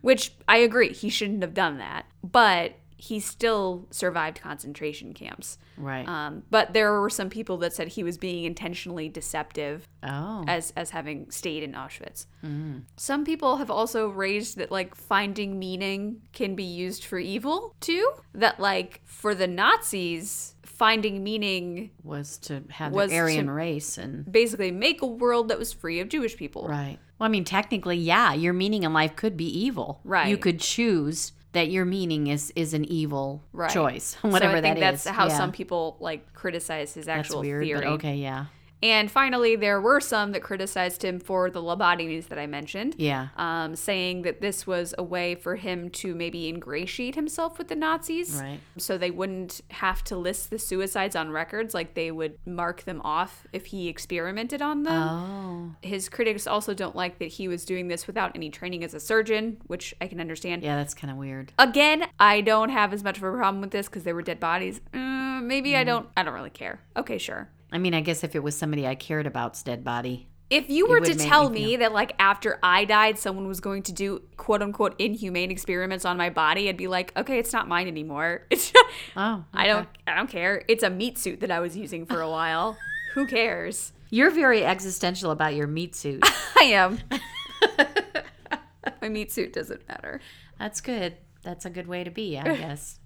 [SPEAKER 2] which I agree he shouldn't have done that, but he still survived concentration camps.
[SPEAKER 3] Right.
[SPEAKER 2] Um, but there were some people that said he was being intentionally deceptive
[SPEAKER 3] oh.
[SPEAKER 2] as as having stayed in Auschwitz. Some people have also raised that like finding meaning can be used for evil too. That like for the Nazis, finding meaning
[SPEAKER 3] was to have
[SPEAKER 2] was
[SPEAKER 3] the Aryan
[SPEAKER 2] to-
[SPEAKER 3] race and
[SPEAKER 2] basically make a world that was free of Jewish people.
[SPEAKER 3] right. Well, I mean, technically, yeah, your meaning in life could be evil.
[SPEAKER 2] Right.
[SPEAKER 3] You could choose that your meaning is is an evil
[SPEAKER 2] Right.
[SPEAKER 3] choice, [LAUGHS]
[SPEAKER 2] so
[SPEAKER 3] whatever
[SPEAKER 2] I think
[SPEAKER 3] that
[SPEAKER 2] that's
[SPEAKER 3] is.
[SPEAKER 2] how
[SPEAKER 3] Yeah.
[SPEAKER 2] some people like criticize his
[SPEAKER 3] That's
[SPEAKER 2] actual
[SPEAKER 3] weird,
[SPEAKER 2] theory.
[SPEAKER 3] but okay, yeah,
[SPEAKER 2] And finally, there were some that criticized him for the lobotomies that I mentioned.
[SPEAKER 3] yeah,
[SPEAKER 2] Um, saying that this was a way for him to maybe ingratiate himself with the Nazis.
[SPEAKER 3] right,
[SPEAKER 2] so they wouldn't have to list the suicides on records like they would mark them off if he experimented on them
[SPEAKER 3] oh,
[SPEAKER 2] his critics also don't like that he was doing this without any training as a surgeon which i can understand
[SPEAKER 3] yeah, that's kind of weird.
[SPEAKER 2] again i don't have as much of a problem with this because they were dead bodies Mm, maybe i don't i don't really care okay sure
[SPEAKER 3] I mean, I guess if it was somebody I cared about's dead body,
[SPEAKER 2] if you were
[SPEAKER 3] would
[SPEAKER 2] to
[SPEAKER 3] make me
[SPEAKER 2] tell
[SPEAKER 3] feel-
[SPEAKER 2] me, that like after i died someone was going to do quote unquote inhumane experiments on my body i'd be like okay it's not mine anymore [LAUGHS] it's
[SPEAKER 3] oh,
[SPEAKER 2] I don't I don't care. It's a meat suit that I was using for a
[SPEAKER 3] [LAUGHS]
[SPEAKER 2] while. Who cares?
[SPEAKER 3] You're very existential about your meat suit. [LAUGHS]
[SPEAKER 2] I am. [LAUGHS] My meat suit doesn't matter.
[SPEAKER 3] that's good. That's a good way to
[SPEAKER 2] [LAUGHS]
[SPEAKER 3] be, I guess.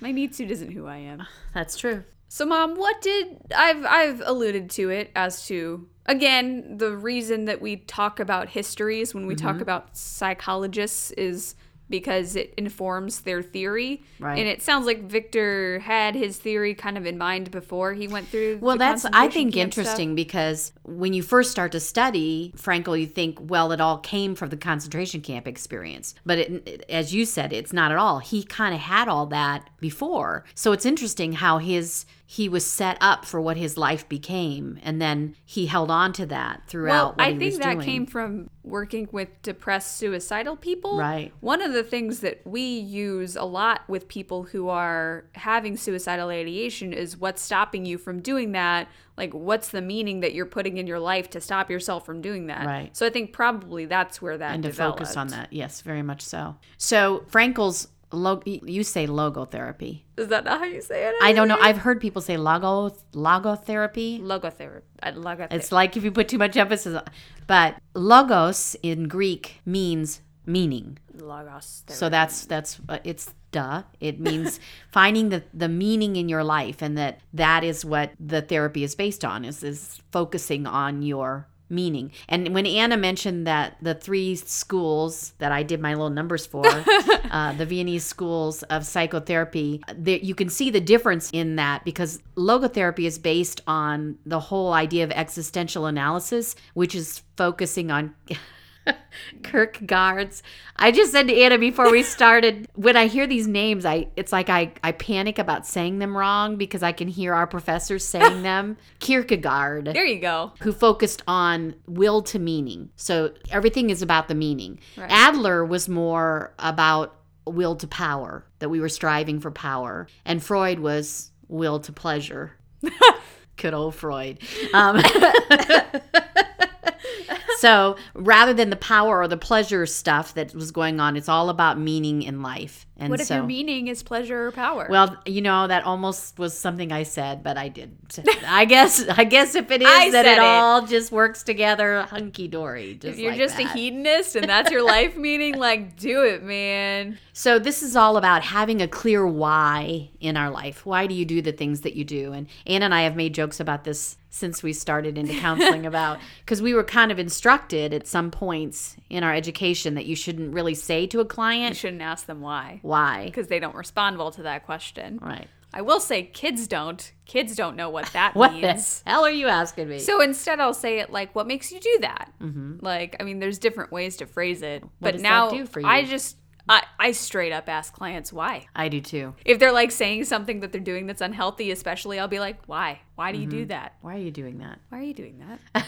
[SPEAKER 2] My meat suit isn't who
[SPEAKER 3] [LAUGHS]
[SPEAKER 2] I am.
[SPEAKER 3] That's true.
[SPEAKER 2] So mom, what did I've I've alluded to it as to again, the reason that we talk about histories when we
[SPEAKER 3] Mm-hmm.
[SPEAKER 2] talk about psychologists is because it informs their theory.
[SPEAKER 3] Right.
[SPEAKER 2] And it sounds like Victor had his theory kind of in mind before he went through
[SPEAKER 3] Well,
[SPEAKER 2] the
[SPEAKER 3] that's I
[SPEAKER 2] concentration
[SPEAKER 3] think
[SPEAKER 2] camp stuff.
[SPEAKER 3] interesting because when you first start to study Frankel, you think, well, it all came from the concentration camp experience, but it, it- as you said, it's not at all. He kind of had all that before, so it's interesting how his he was set up for what his life became, and then he held on to that
[SPEAKER 2] Well,
[SPEAKER 3] throughout. what
[SPEAKER 2] I
[SPEAKER 3] he
[SPEAKER 2] think
[SPEAKER 3] was
[SPEAKER 2] that
[SPEAKER 3] doing.
[SPEAKER 2] came from working with depressed, suicidal people.
[SPEAKER 3] Right.
[SPEAKER 2] One of the things that we use a lot with people who are having suicidal ideation is what's stopping you from doing that? like what's the meaning that you're putting in your life to stop yourself from doing that
[SPEAKER 3] Right.
[SPEAKER 2] so i think probably that's where that
[SPEAKER 3] and to focus on
[SPEAKER 2] developed.
[SPEAKER 3] that. Yes, very much so. So Frankel's log- you say logotherapy.
[SPEAKER 2] is that not how you say it
[SPEAKER 3] I don't know. I've heard people say logo logotherapy.
[SPEAKER 2] logotherapy logotherapy
[SPEAKER 3] It's like if you put too much emphasis on but logos in Greek means meaning.
[SPEAKER 2] logos
[SPEAKER 3] So that's that's uh, it's duh. It means [LAUGHS] finding the the meaning in your life and that that is what the therapy is based on is is focusing on your meaning. And when Anna mentioned that the three schools that I did my little numbers for, uh, the Viennese schools of psychotherapy, that you can see the difference in that because logotherapy is based on the whole idea of existential analysis, which is focusing on Kirkgaard's. I just said to Anna before we started, when I hear these names, I it's like I, I panic about saying them wrong because I can hear our professors saying them. Kierkegaard,
[SPEAKER 2] there you go
[SPEAKER 3] who focused on will to meaning. So everything is about the meaning. Adler was more about will to power, that we were striving for power. And Freud was will to pleasure. [LAUGHS] Good old Freud. Um, [LAUGHS] so rather than the power or the pleasure stuff that was going on, it's all about meaning in life. And
[SPEAKER 2] what if
[SPEAKER 3] so,
[SPEAKER 2] your meaning is pleasure or power
[SPEAKER 3] well, you know that almost was something I said, but I did. I guess I guess if it
[SPEAKER 2] I
[SPEAKER 3] is that
[SPEAKER 2] said
[SPEAKER 3] it,
[SPEAKER 2] it.
[SPEAKER 3] all just works together, hunky dory.
[SPEAKER 2] if you're just a hedonist and that's
[SPEAKER 3] [LAUGHS]
[SPEAKER 2] your life meaning like do it man
[SPEAKER 3] So this is all about having a clear why in our life. Why do you do the things that you do? And Anna and I have made jokes about this since we started into
[SPEAKER 2] [LAUGHS]
[SPEAKER 3] counseling about because we were kind of instructed at some points in our education that you shouldn't really say to a
[SPEAKER 2] you
[SPEAKER 3] client
[SPEAKER 2] shouldn't ask them why
[SPEAKER 3] why.
[SPEAKER 2] because they don't respond well to that question
[SPEAKER 3] Right.
[SPEAKER 2] i will say kids don't kids don't know what
[SPEAKER 3] [LAUGHS]
[SPEAKER 2] that
[SPEAKER 3] What
[SPEAKER 2] means
[SPEAKER 3] the hell are you asking me?
[SPEAKER 2] So instead, I'll say it like, "What makes you do that?" Like, I mean, there's different ways to phrase it, but
[SPEAKER 3] Mm-hmm. does that
[SPEAKER 2] now
[SPEAKER 3] do for
[SPEAKER 2] I
[SPEAKER 3] you?
[SPEAKER 2] just I, I straight up ask clients why.
[SPEAKER 3] I do too.
[SPEAKER 2] If they're like saying something that they're doing that's unhealthy, especially, I'll be like, "Why? Why do you do that?
[SPEAKER 3] Why are you doing that?
[SPEAKER 2] Why are you doing that?"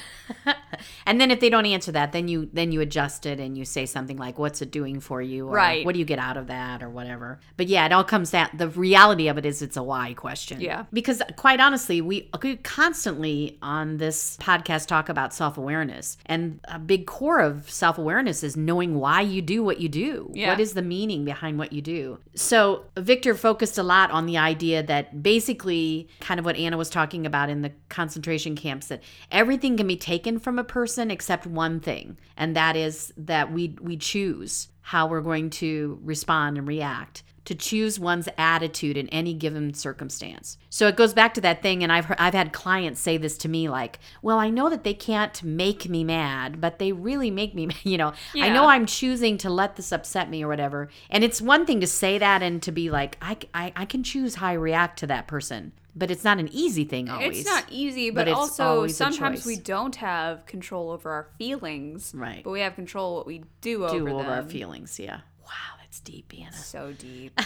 [SPEAKER 3] [LAUGHS] and then if they don't answer that, then you then you adjust it and you say something like, "What's it doing for you?" or
[SPEAKER 2] Right.
[SPEAKER 3] "What do you get out of that?" or whatever. But yeah, it all comes down. The reality of it is, it's a why question.
[SPEAKER 2] Yeah.
[SPEAKER 3] Because quite honestly, we we constantly on this podcast talk about self awareness, and a big core of self awareness is knowing why you do what you do.
[SPEAKER 2] Yeah.
[SPEAKER 3] What is the meaning behind what you do? So Victor focused a lot on the idea that basically, kind of what Anna was talking about in the concentration camps, that everything can be taken from a person except one thing, and that is that we we choose how we're going to respond and react to choose one's attitude in any given circumstance. So it goes back to that thing and I've heard, I've had clients say this to me like, "Well, I know that they can't make me mad, but they really make me, [LAUGHS] you know. I know
[SPEAKER 2] Yeah.
[SPEAKER 3] I'm choosing to let this upset me or whatever." And it's one thing to say that and to be like, "I c- I, I can choose how I react to that person." But it's not an easy thing always.
[SPEAKER 2] It's not easy,
[SPEAKER 3] But
[SPEAKER 2] but,
[SPEAKER 3] it's
[SPEAKER 2] also
[SPEAKER 3] always a
[SPEAKER 2] sometimes we
[SPEAKER 3] choice.
[SPEAKER 2] don't have control over our feelings,
[SPEAKER 3] Right.
[SPEAKER 2] But we have control what we
[SPEAKER 3] do
[SPEAKER 2] do, over,
[SPEAKER 3] over our
[SPEAKER 2] them.
[SPEAKER 3] feelings, yeah. Wow, that's deep, Anna.
[SPEAKER 2] So deep.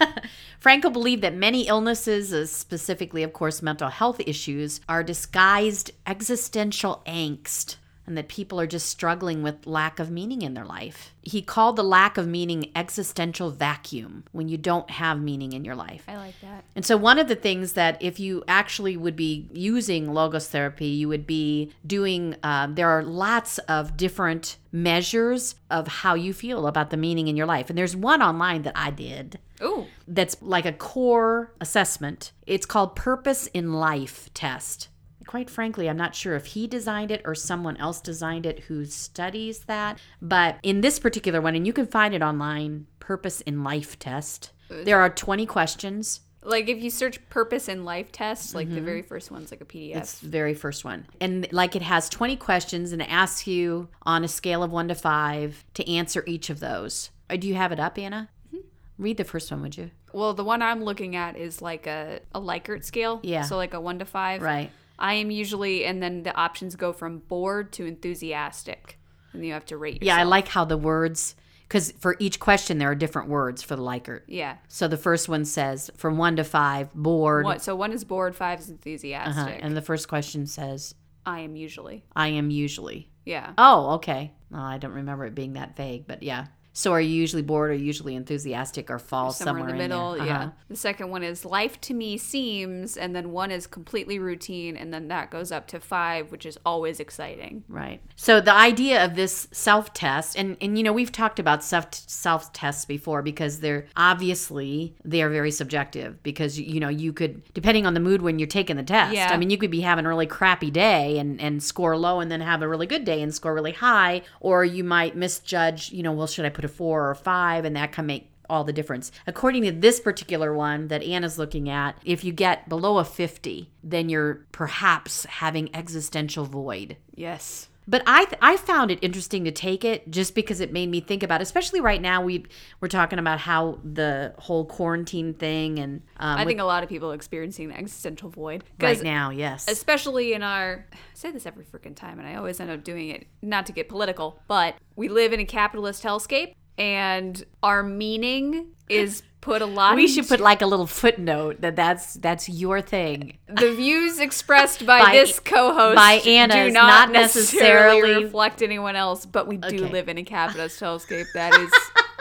[SPEAKER 3] [LAUGHS] Frankel believed that many illnesses, uh, specifically, of course, mental health issues, are disguised existential angst and that people are just struggling with lack of meaning in their life. He called the lack of meaning existential vacuum when you don't have meaning in your life.
[SPEAKER 2] I like that.
[SPEAKER 3] And so, one of the things that if you actually would be using logos therapy, you would be doing, uh, there are lots of different measures of how you feel about the meaning in your life. And there's one online that I did
[SPEAKER 2] Ooh,
[SPEAKER 3] that's like a core assessment. It's called Purpose in Life Test. Quite frankly, I'm not sure if he designed it or someone else designed it who studies that. But in this particular one, and you can find it online, Purpose in Life Test, there are 20 questions.
[SPEAKER 2] like if you search "purpose in life test," like the very first one's like a PDF.
[SPEAKER 3] Mm-hmm. It's the very first one. And like it has 20 questions and it asks you on a scale of one to five to answer each of those. Uh, Do you have it up, Anna?
[SPEAKER 2] Mm-hmm.
[SPEAKER 3] Read the first one, would you?
[SPEAKER 2] Well, the one I'm looking at is like a, a Likert scale.
[SPEAKER 3] Yeah.
[SPEAKER 2] So like a one to five.
[SPEAKER 3] Right.
[SPEAKER 2] I am usually, and then the options go from bored to enthusiastic. And you have to rate
[SPEAKER 3] Yeah,
[SPEAKER 2] yourself.
[SPEAKER 3] I like how the words, because for each question there are different words for the Likert.
[SPEAKER 2] Yeah.
[SPEAKER 3] So the first one says from one to five, bored,
[SPEAKER 2] What, so one is bored, five is enthusiastic.
[SPEAKER 3] Uh-huh. and the first question says
[SPEAKER 2] I am usually.
[SPEAKER 3] I am usually.
[SPEAKER 2] Yeah.
[SPEAKER 3] Oh, okay. Oh, I don't remember it being that vague, but yeah. So are you usually bored or usually enthusiastic or fall
[SPEAKER 2] somewhere,
[SPEAKER 3] somewhere,
[SPEAKER 2] in the middle.
[SPEAKER 3] there?
[SPEAKER 2] Yeah.
[SPEAKER 3] Uh-huh.
[SPEAKER 2] The second one is life to me seems, and then one is completely routine, and then that goes up to five, which is always exciting.
[SPEAKER 3] Right. So the idea of this self test, and and you know we've talked about self self tests before because they're obviously they are very subjective because you know you could depending on the mood when you're taking the test.
[SPEAKER 2] Yeah.
[SPEAKER 3] I mean you could be having a really crappy day and and score low and then have a really good day and score really high, or you might misjudge. You know, well should I put a four or a five, and that can make all the difference. According to this particular one that Anna's looking at, if you get below a 50, then you're perhaps having existential void.
[SPEAKER 2] Yes.
[SPEAKER 3] But I th- I found it interesting to take it just because it made me think about, especially right now we we're talking about how the whole quarantine thing and um,
[SPEAKER 2] I think a lot of people are experiencing the existential void.
[SPEAKER 3] right
[SPEAKER 2] Because
[SPEAKER 3] now, yes,
[SPEAKER 2] especially in our I say this every freaking time and I always end up doing it not to get political, but we live in a capitalist hellscape and our meaning is put a lot
[SPEAKER 3] we should
[SPEAKER 2] into-
[SPEAKER 3] put like a little footnote that that's that's your thing.
[SPEAKER 2] the views expressed by,
[SPEAKER 3] By-
[SPEAKER 2] this co-host
[SPEAKER 3] by Anna
[SPEAKER 2] do
[SPEAKER 3] is
[SPEAKER 2] not,
[SPEAKER 3] not
[SPEAKER 2] necessarily,
[SPEAKER 3] necessarily-
[SPEAKER 2] reflect anyone else, but we do
[SPEAKER 3] Okay.
[SPEAKER 2] live in
[SPEAKER 3] [LAUGHS]
[SPEAKER 2] a capitalist hellscape that is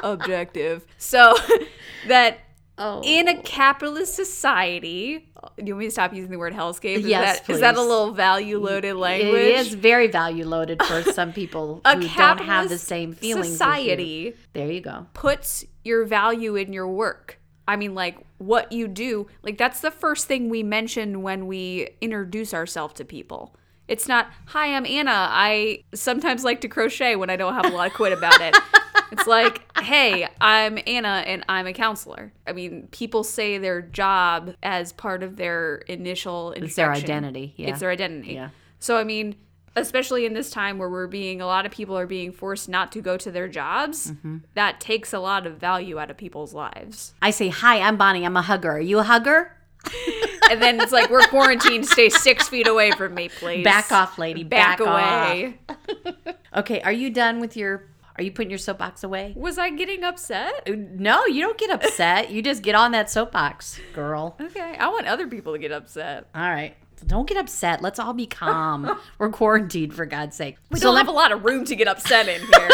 [SPEAKER 2] objective. So [LAUGHS] that
[SPEAKER 3] Oh,
[SPEAKER 2] in a capitalist society, do you want me to stop using the word hellscape? Is
[SPEAKER 3] Yes,
[SPEAKER 2] that, is that a
[SPEAKER 3] please.
[SPEAKER 2] little value loaded language?
[SPEAKER 3] it is very value loaded
[SPEAKER 2] [LAUGHS]
[SPEAKER 3] for some people
[SPEAKER 2] A
[SPEAKER 3] who don't
[SPEAKER 2] capitalist
[SPEAKER 3] have the same feelings. as you.
[SPEAKER 2] society
[SPEAKER 3] There you go.
[SPEAKER 2] puts your value in your work. I mean, like what you do, like that's the first thing we mention when we introduce ourselves to people. It's not, hi, I'm Anna. I sometimes like to crochet when I don't have a lot of quit
[SPEAKER 3] [LAUGHS]
[SPEAKER 2] about it. it's like, hey, I'm Anna and I'm a counselor. I mean, people say their job as part of their initial
[SPEAKER 3] It's their
[SPEAKER 2] instruction.
[SPEAKER 3] identity. Yeah.
[SPEAKER 2] It's their identity.
[SPEAKER 3] Yeah.
[SPEAKER 2] So I mean, especially in this time where we're being a lot of people are being forced not to go to their jobs,
[SPEAKER 3] Mm-hmm.
[SPEAKER 2] that takes a lot of value out of people's lives.
[SPEAKER 3] I say hi. I'm Bonnie. I'm a hugger. Are you a hugger?
[SPEAKER 2] And then it's like we're quarantined, stay six feet away from me, please.
[SPEAKER 3] Back off, lady. Back,
[SPEAKER 2] Back, away.
[SPEAKER 3] off. Okay. Are you done with your? Are you putting your soapbox away?
[SPEAKER 2] Was I getting upset?
[SPEAKER 3] No, you don't get upset. You just get on that soapbox, girl.
[SPEAKER 2] Okay. I want other people to get upset.
[SPEAKER 3] All right. Don't get upset. Let's all be
[SPEAKER 2] [LAUGHS]
[SPEAKER 3] calm. We're quarantined, for God's sake.
[SPEAKER 2] We
[SPEAKER 3] so
[SPEAKER 2] don't
[SPEAKER 3] let,
[SPEAKER 2] have a lot of room to get upset
[SPEAKER 3] [LAUGHS]
[SPEAKER 2] in here.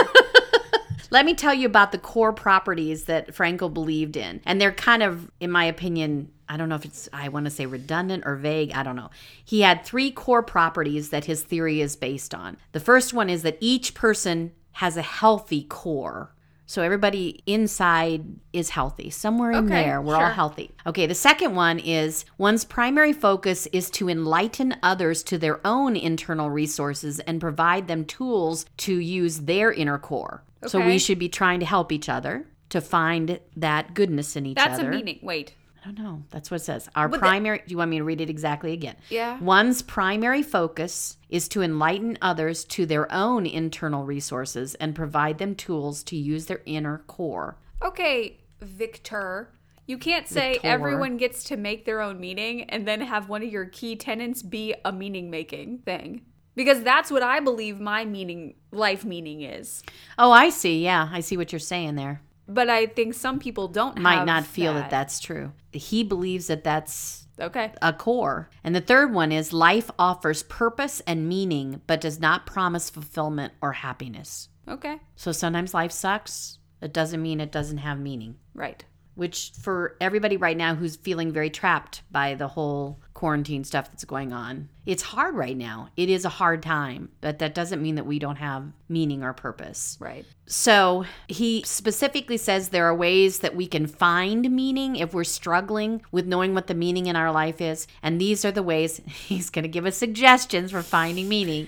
[SPEAKER 3] let me tell you about the core properties that Frankel believed in. And they're kind of, in my opinion, I don't know if it's, I want to say redundant or vague. I don't know. He had three core properties that his theory is based on. The first one is that each person has a healthy core. So everybody inside is healthy. Somewhere in
[SPEAKER 2] Okay,
[SPEAKER 3] there, we're
[SPEAKER 2] sure.
[SPEAKER 3] all healthy. Okay, the second one is one's primary focus is to enlighten others to their own internal resources and provide them tools to use their inner core. So
[SPEAKER 2] Okay.
[SPEAKER 3] we should be trying to help each other to find that goodness in each
[SPEAKER 2] That's
[SPEAKER 3] other.
[SPEAKER 2] a meaning. Wait.
[SPEAKER 3] I don't know. That's what it says. Our primary. do you want me to read it exactly again?
[SPEAKER 2] Yeah.
[SPEAKER 3] One's primary focus is to enlighten others to their own internal resources and provide them tools to use their inner core.
[SPEAKER 2] Okay, Victor. You can't say
[SPEAKER 3] Victor.
[SPEAKER 2] everyone gets to make their own meaning and then have one of your key tenants be a meaning making thing. Because that's what I believe my meaning life meaning is.
[SPEAKER 3] Oh, I see. Yeah, I see what you're saying there.
[SPEAKER 2] But I think some people don't
[SPEAKER 3] Might
[SPEAKER 2] have
[SPEAKER 3] not feel that that's true. He believes that that's
[SPEAKER 2] Okay.
[SPEAKER 3] a core. And the third one is life offers purpose and meaning, but does not promise fulfillment or happiness.
[SPEAKER 2] Okay.
[SPEAKER 3] So sometimes life sucks. It doesn't mean it doesn't have meaning.
[SPEAKER 2] Right.
[SPEAKER 3] which for everybody right now who's feeling very trapped by the whole quarantine stuff that's going on, it's hard right now. It is a hard time, but that doesn't mean that we don't have meaning or purpose.
[SPEAKER 2] Right.
[SPEAKER 3] So he specifically says there are ways that we can find meaning if we're struggling with knowing what the meaning in our life is. And these are the ways [LAUGHS] he's going to give us suggestions for finding meaning.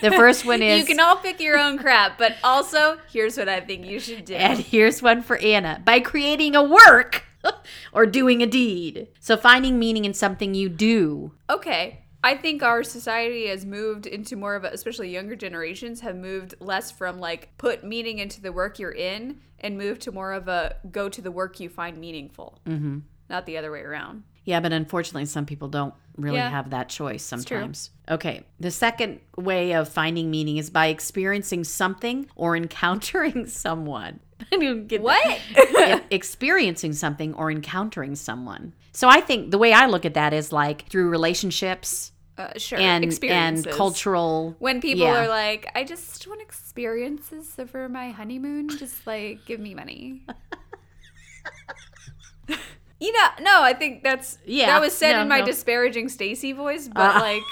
[SPEAKER 3] The first one is
[SPEAKER 2] [LAUGHS] You can all pick your own crap, but also here's what I think you
[SPEAKER 3] [LAUGHS]
[SPEAKER 2] should do.
[SPEAKER 3] And here's one for Anna by creating a work [LAUGHS] or doing a deed. So finding meaning in something you do.
[SPEAKER 2] okay i think our society has moved into more of a especially younger generations have moved less from like put meaning into the work you're in and move to more of a go to the work you find meaningful mm-hmm. not the other way around
[SPEAKER 3] Yeah, but unfortunately, some people don't really
[SPEAKER 2] Yeah.
[SPEAKER 3] have that choice sometimes. Okay. The second way of finding meaning is by experiencing something or encountering [LAUGHS] someone. [LAUGHS] I didn't get that. [LAUGHS]
[SPEAKER 2] what
[SPEAKER 3] e- experiencing something or encountering someone. So I think the way I look at that is like through relationships,
[SPEAKER 2] uh, sure
[SPEAKER 3] and and
[SPEAKER 2] experiences.
[SPEAKER 3] cultural
[SPEAKER 2] when people
[SPEAKER 3] yeah.
[SPEAKER 2] are like, I just want experiences over my honeymoon. Just like give me
[SPEAKER 3] [LAUGHS]
[SPEAKER 2] money. you know, no, I think that's
[SPEAKER 3] Yeah,
[SPEAKER 2] That was said
[SPEAKER 3] no,
[SPEAKER 2] in my
[SPEAKER 3] no.
[SPEAKER 2] disparaging Stacy voice, but
[SPEAKER 3] Uh. [LAUGHS]
[SPEAKER 2] like,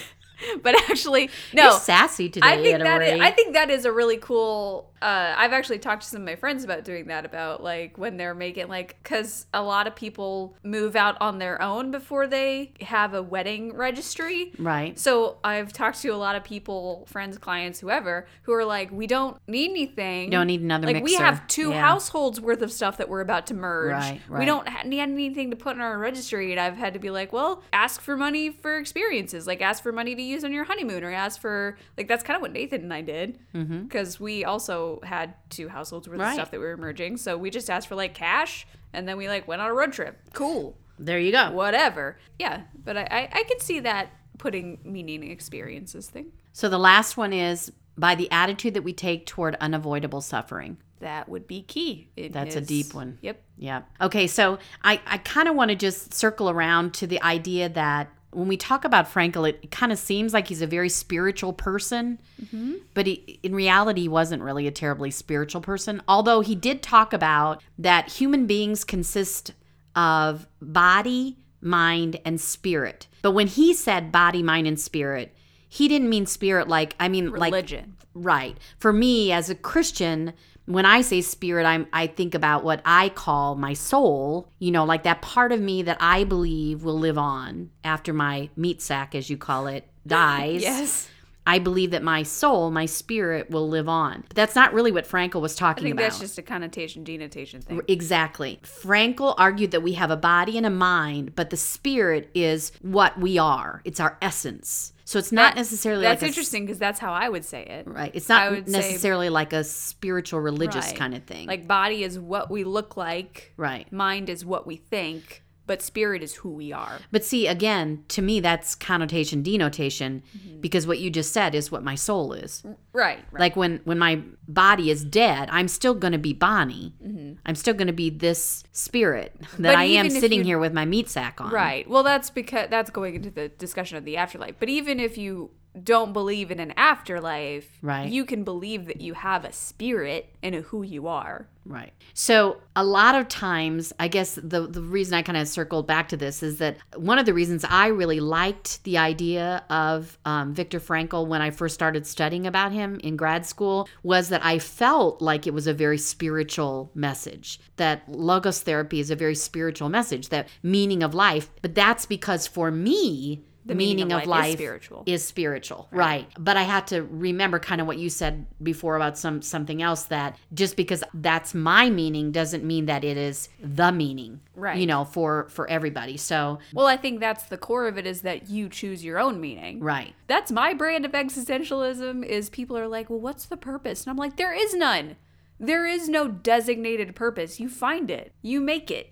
[SPEAKER 2] [LAUGHS] but actually, no.
[SPEAKER 3] You're sassy today,
[SPEAKER 2] I think
[SPEAKER 3] Anna
[SPEAKER 2] that is,
[SPEAKER 3] Marie.
[SPEAKER 2] I think that is a really cool. Uh, I've actually talked to some of my friends about doing that about like when they're making like because a lot of people move out on their own before they have a wedding registry,
[SPEAKER 3] right.
[SPEAKER 2] so I've talked to a lot of people, friends, clients, whoever, who are like, we don't need anything.
[SPEAKER 3] Don't need another
[SPEAKER 2] Like we
[SPEAKER 3] mixer.
[SPEAKER 2] have two
[SPEAKER 3] Yeah.
[SPEAKER 2] households worth of stuff that we're about to merge.
[SPEAKER 3] Right,
[SPEAKER 2] We
[SPEAKER 3] right.
[SPEAKER 2] don't ha- need anything to put in our registry, and I've had to be like, well, ask for money for experiences, like ask for money to use on your honeymoon, or ask for like that's kind of what Nathan and I did because we also had two households worth of
[SPEAKER 3] Mm-hmm. Right.
[SPEAKER 2] stuff that we were merging, so we just asked for like cash, and then we like went on a road trip. Cool
[SPEAKER 3] There you go.
[SPEAKER 2] whatever. Yeah, but I, I, I could see that putting meaning in experiences thing.
[SPEAKER 3] So the last one is by the attitude that we take toward unavoidable suffering.
[SPEAKER 2] That would be key. It
[SPEAKER 3] That's a
[SPEAKER 2] is-
[SPEAKER 3] deep one.
[SPEAKER 2] Yep.
[SPEAKER 3] Yeah. Okay. So I, I kind of want to just circle around to the idea that when we talk about Frankel, it kind of seems like he's a very spiritual person, but he, in reality, he wasn't really a terribly spiritual person. Although he did talk about that human beings consist of body, mind, and spirit. But when he said body, mind, and spirit, he didn't mean spirit like, I mean, like
[SPEAKER 2] Religion.
[SPEAKER 3] Right. For me as a Christian, when I say spirit, I'm I think about what I call my soul, you know, like that part of me that I believe will live on after my meat sack as you call
[SPEAKER 2] [LAUGHS]
[SPEAKER 3] it dies.
[SPEAKER 2] yes.
[SPEAKER 3] I believe that my soul, my spirit will live on. But that's not really what Frankel was
[SPEAKER 2] I
[SPEAKER 3] talking
[SPEAKER 2] think
[SPEAKER 3] about.
[SPEAKER 2] that's just a connotation, denotation thing.
[SPEAKER 3] Exactly. Frankel argued that we have a body and a mind, but the spirit is what we are. It's our essence. So it's not
[SPEAKER 2] That-
[SPEAKER 3] necessarily
[SPEAKER 2] That's
[SPEAKER 3] like a
[SPEAKER 2] interesting because that's how I would say it.
[SPEAKER 3] Right. It's
[SPEAKER 2] I
[SPEAKER 3] not
[SPEAKER 2] would say-
[SPEAKER 3] necessarily like a spiritual religious
[SPEAKER 2] Right.
[SPEAKER 3] kind of thing.
[SPEAKER 2] Like body is what we look like.
[SPEAKER 3] right.
[SPEAKER 2] Mind is what we think. But spirit is who we are.
[SPEAKER 3] But see, again, to me that's connotation denotation because what you just said is what my soul is.
[SPEAKER 2] Mm-hmm. Right. Right.
[SPEAKER 3] Like when when my body is dead, I'm still going to be Bonnie. I'm still going to be this spirit that
[SPEAKER 2] Mm-hmm. But
[SPEAKER 3] I am
[SPEAKER 2] even if
[SPEAKER 3] sitting
[SPEAKER 2] you-
[SPEAKER 3] here with my meat sack on.
[SPEAKER 2] Right. Well, that's because that's going into the discussion of the afterlife. But even if you don't believe in an afterlife,
[SPEAKER 3] Right.
[SPEAKER 2] you can believe that you have a spirit and a who you are.
[SPEAKER 3] Right. So a lot of times, I guess the the reason I kind of circled back to this is that one of the reasons I really liked the idea of um, Viktor Frankl when I first started studying about him in grad school was that I felt like it was a very spiritual message. That logos therapy is a very spiritual message. That meaning of life. But that's because for me. The meaning, of, life,
[SPEAKER 2] is spiritual.
[SPEAKER 3] is spiritual right. but i had to remember kind of what you said before about some something else that just because that's my meaning doesn't mean that it is the meaning
[SPEAKER 2] Right.
[SPEAKER 3] you know for for everybody so
[SPEAKER 2] Well, I think that's the core of it is that you choose your own meaning.
[SPEAKER 3] right
[SPEAKER 2] That's my brand of existentialism is people are like, "Well, what's the purpose?" And I'm like, "There is none. There is no designated purpose. You find it. You make it.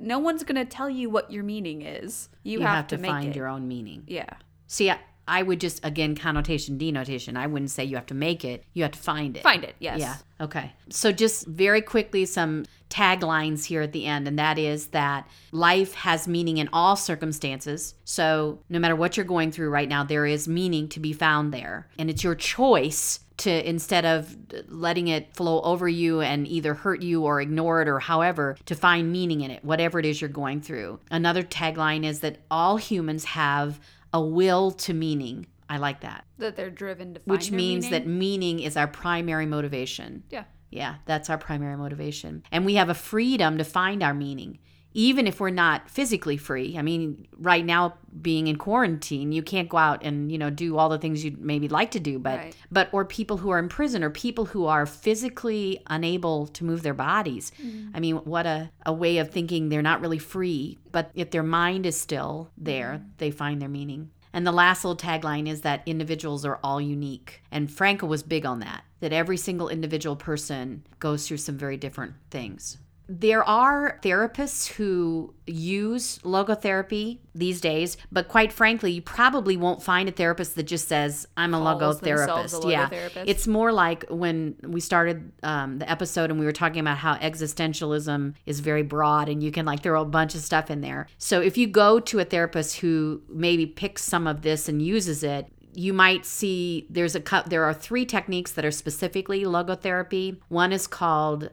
[SPEAKER 2] No one's going to tell you what your meaning is. You,
[SPEAKER 3] Mm-hmm. you
[SPEAKER 2] have,
[SPEAKER 3] have,
[SPEAKER 2] to,
[SPEAKER 3] to,
[SPEAKER 2] make
[SPEAKER 3] find
[SPEAKER 2] it."
[SPEAKER 3] your own meaning
[SPEAKER 2] yeah.
[SPEAKER 3] see I, I would just again connotation denotation i wouldn't say you have to make it you have to find it
[SPEAKER 2] Find it. Yes.
[SPEAKER 3] Yeah. Okay. So, just very quickly, some taglines here at the end, and that is that life has meaning in all circumstances. So, no matter what you're going through right now, there is meaning to be found there. And it's your choice to, instead of letting it flow over you and either hurt you or ignore it or however, to find meaning in it, whatever it is you're going through. Another tagline is that all humans have a will to meaning. I like that,
[SPEAKER 2] that they're driven to find
[SPEAKER 3] which
[SPEAKER 2] their
[SPEAKER 3] means that
[SPEAKER 2] meaning.
[SPEAKER 3] meaning is our primary motivation.
[SPEAKER 2] yeah
[SPEAKER 3] Yeah, that's our primary motivation. And we have a freedom to find our meaning, even if we're not physically free. I mean, right now being in quarantine, you can't go out and, you know, do all the things you'd maybe like to do, but
[SPEAKER 2] Right.
[SPEAKER 3] but or people who are in prison or people who are physically unable to move their bodies. I mean, what a, a way of thinking they're not really free, but if their mind is still there, they find their meaning. And the last little tagline is that individuals are all unique. And Frankel was big on that, that every single individual person goes through some very different things. There are therapists who use logotherapy these days, but quite frankly, you probably won't find a therapist that just says, I'm a
[SPEAKER 2] Calls themselves a
[SPEAKER 3] logotherapist. yeah.
[SPEAKER 2] logotherapist.
[SPEAKER 3] It's more like when we started um, the episode and we were talking about how existentialism is very broad and you can like throw a bunch of stuff in there. So if you go to a therapist who maybe picks some of this and uses it, you might see there's a cou- there are three techniques that are specifically logotherapy. One is called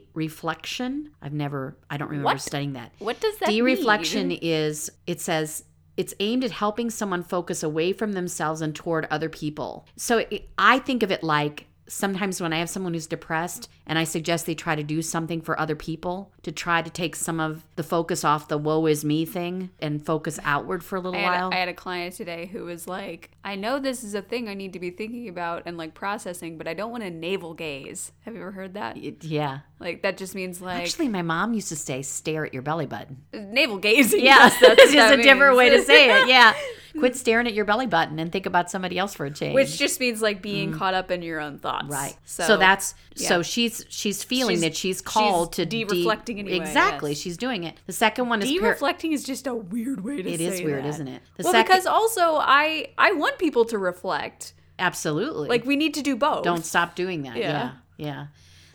[SPEAKER 3] de-reflection. I've never I don't remember
[SPEAKER 2] What?
[SPEAKER 3] studying that.
[SPEAKER 2] What does that mean?
[SPEAKER 3] De-reflection is it says it's aimed at helping someone focus away from themselves and toward other people. So it, I think of it like sometimes when I have someone who's depressed and I suggest they try to do something for other people to try to take some of the focus off the woe is me thing and focus outward for a little
[SPEAKER 2] I had,
[SPEAKER 3] while.
[SPEAKER 2] I had a client today who was like, I know this is a thing I need to be thinking about and like processing, but I don't want to navel gaze. Have you ever heard that?
[SPEAKER 3] It- yeah.
[SPEAKER 2] Like, that just means like
[SPEAKER 3] Actually, my mom used to say, "Stare at your belly
[SPEAKER 2] [LAUGHS]
[SPEAKER 3] button."
[SPEAKER 2] navel gazing.
[SPEAKER 3] Yes, [LAUGHS]
[SPEAKER 2] [LAUGHS] that's
[SPEAKER 3] that's
[SPEAKER 2] what
[SPEAKER 3] just
[SPEAKER 2] that
[SPEAKER 3] a different way to
[SPEAKER 2] [LAUGHS] means.
[SPEAKER 3] say it. Yeah, quit staring at your belly button and think about somebody else for a change.
[SPEAKER 2] Which just means like being caught up in your own thoughts.
[SPEAKER 3] Mm. right. So,
[SPEAKER 2] So,
[SPEAKER 3] that's so
[SPEAKER 2] yeah.
[SPEAKER 3] she's she's feeling
[SPEAKER 2] She's-
[SPEAKER 3] that she's called to
[SPEAKER 2] she's
[SPEAKER 3] de-
[SPEAKER 2] de-reflecting anyway,
[SPEAKER 3] Exactly,
[SPEAKER 2] yes.
[SPEAKER 3] she's doing it. The second one is
[SPEAKER 2] de
[SPEAKER 3] par-
[SPEAKER 2] reflecting is just a weird way to
[SPEAKER 3] It
[SPEAKER 2] say
[SPEAKER 3] is weird,
[SPEAKER 2] is
[SPEAKER 3] isn't it? The
[SPEAKER 2] well,
[SPEAKER 3] second-
[SPEAKER 2] because also I I want people to reflect.
[SPEAKER 3] absolutely
[SPEAKER 2] Like we need to do both.
[SPEAKER 3] don't stop doing that. Yeah.
[SPEAKER 2] Yeah.
[SPEAKER 3] yeah,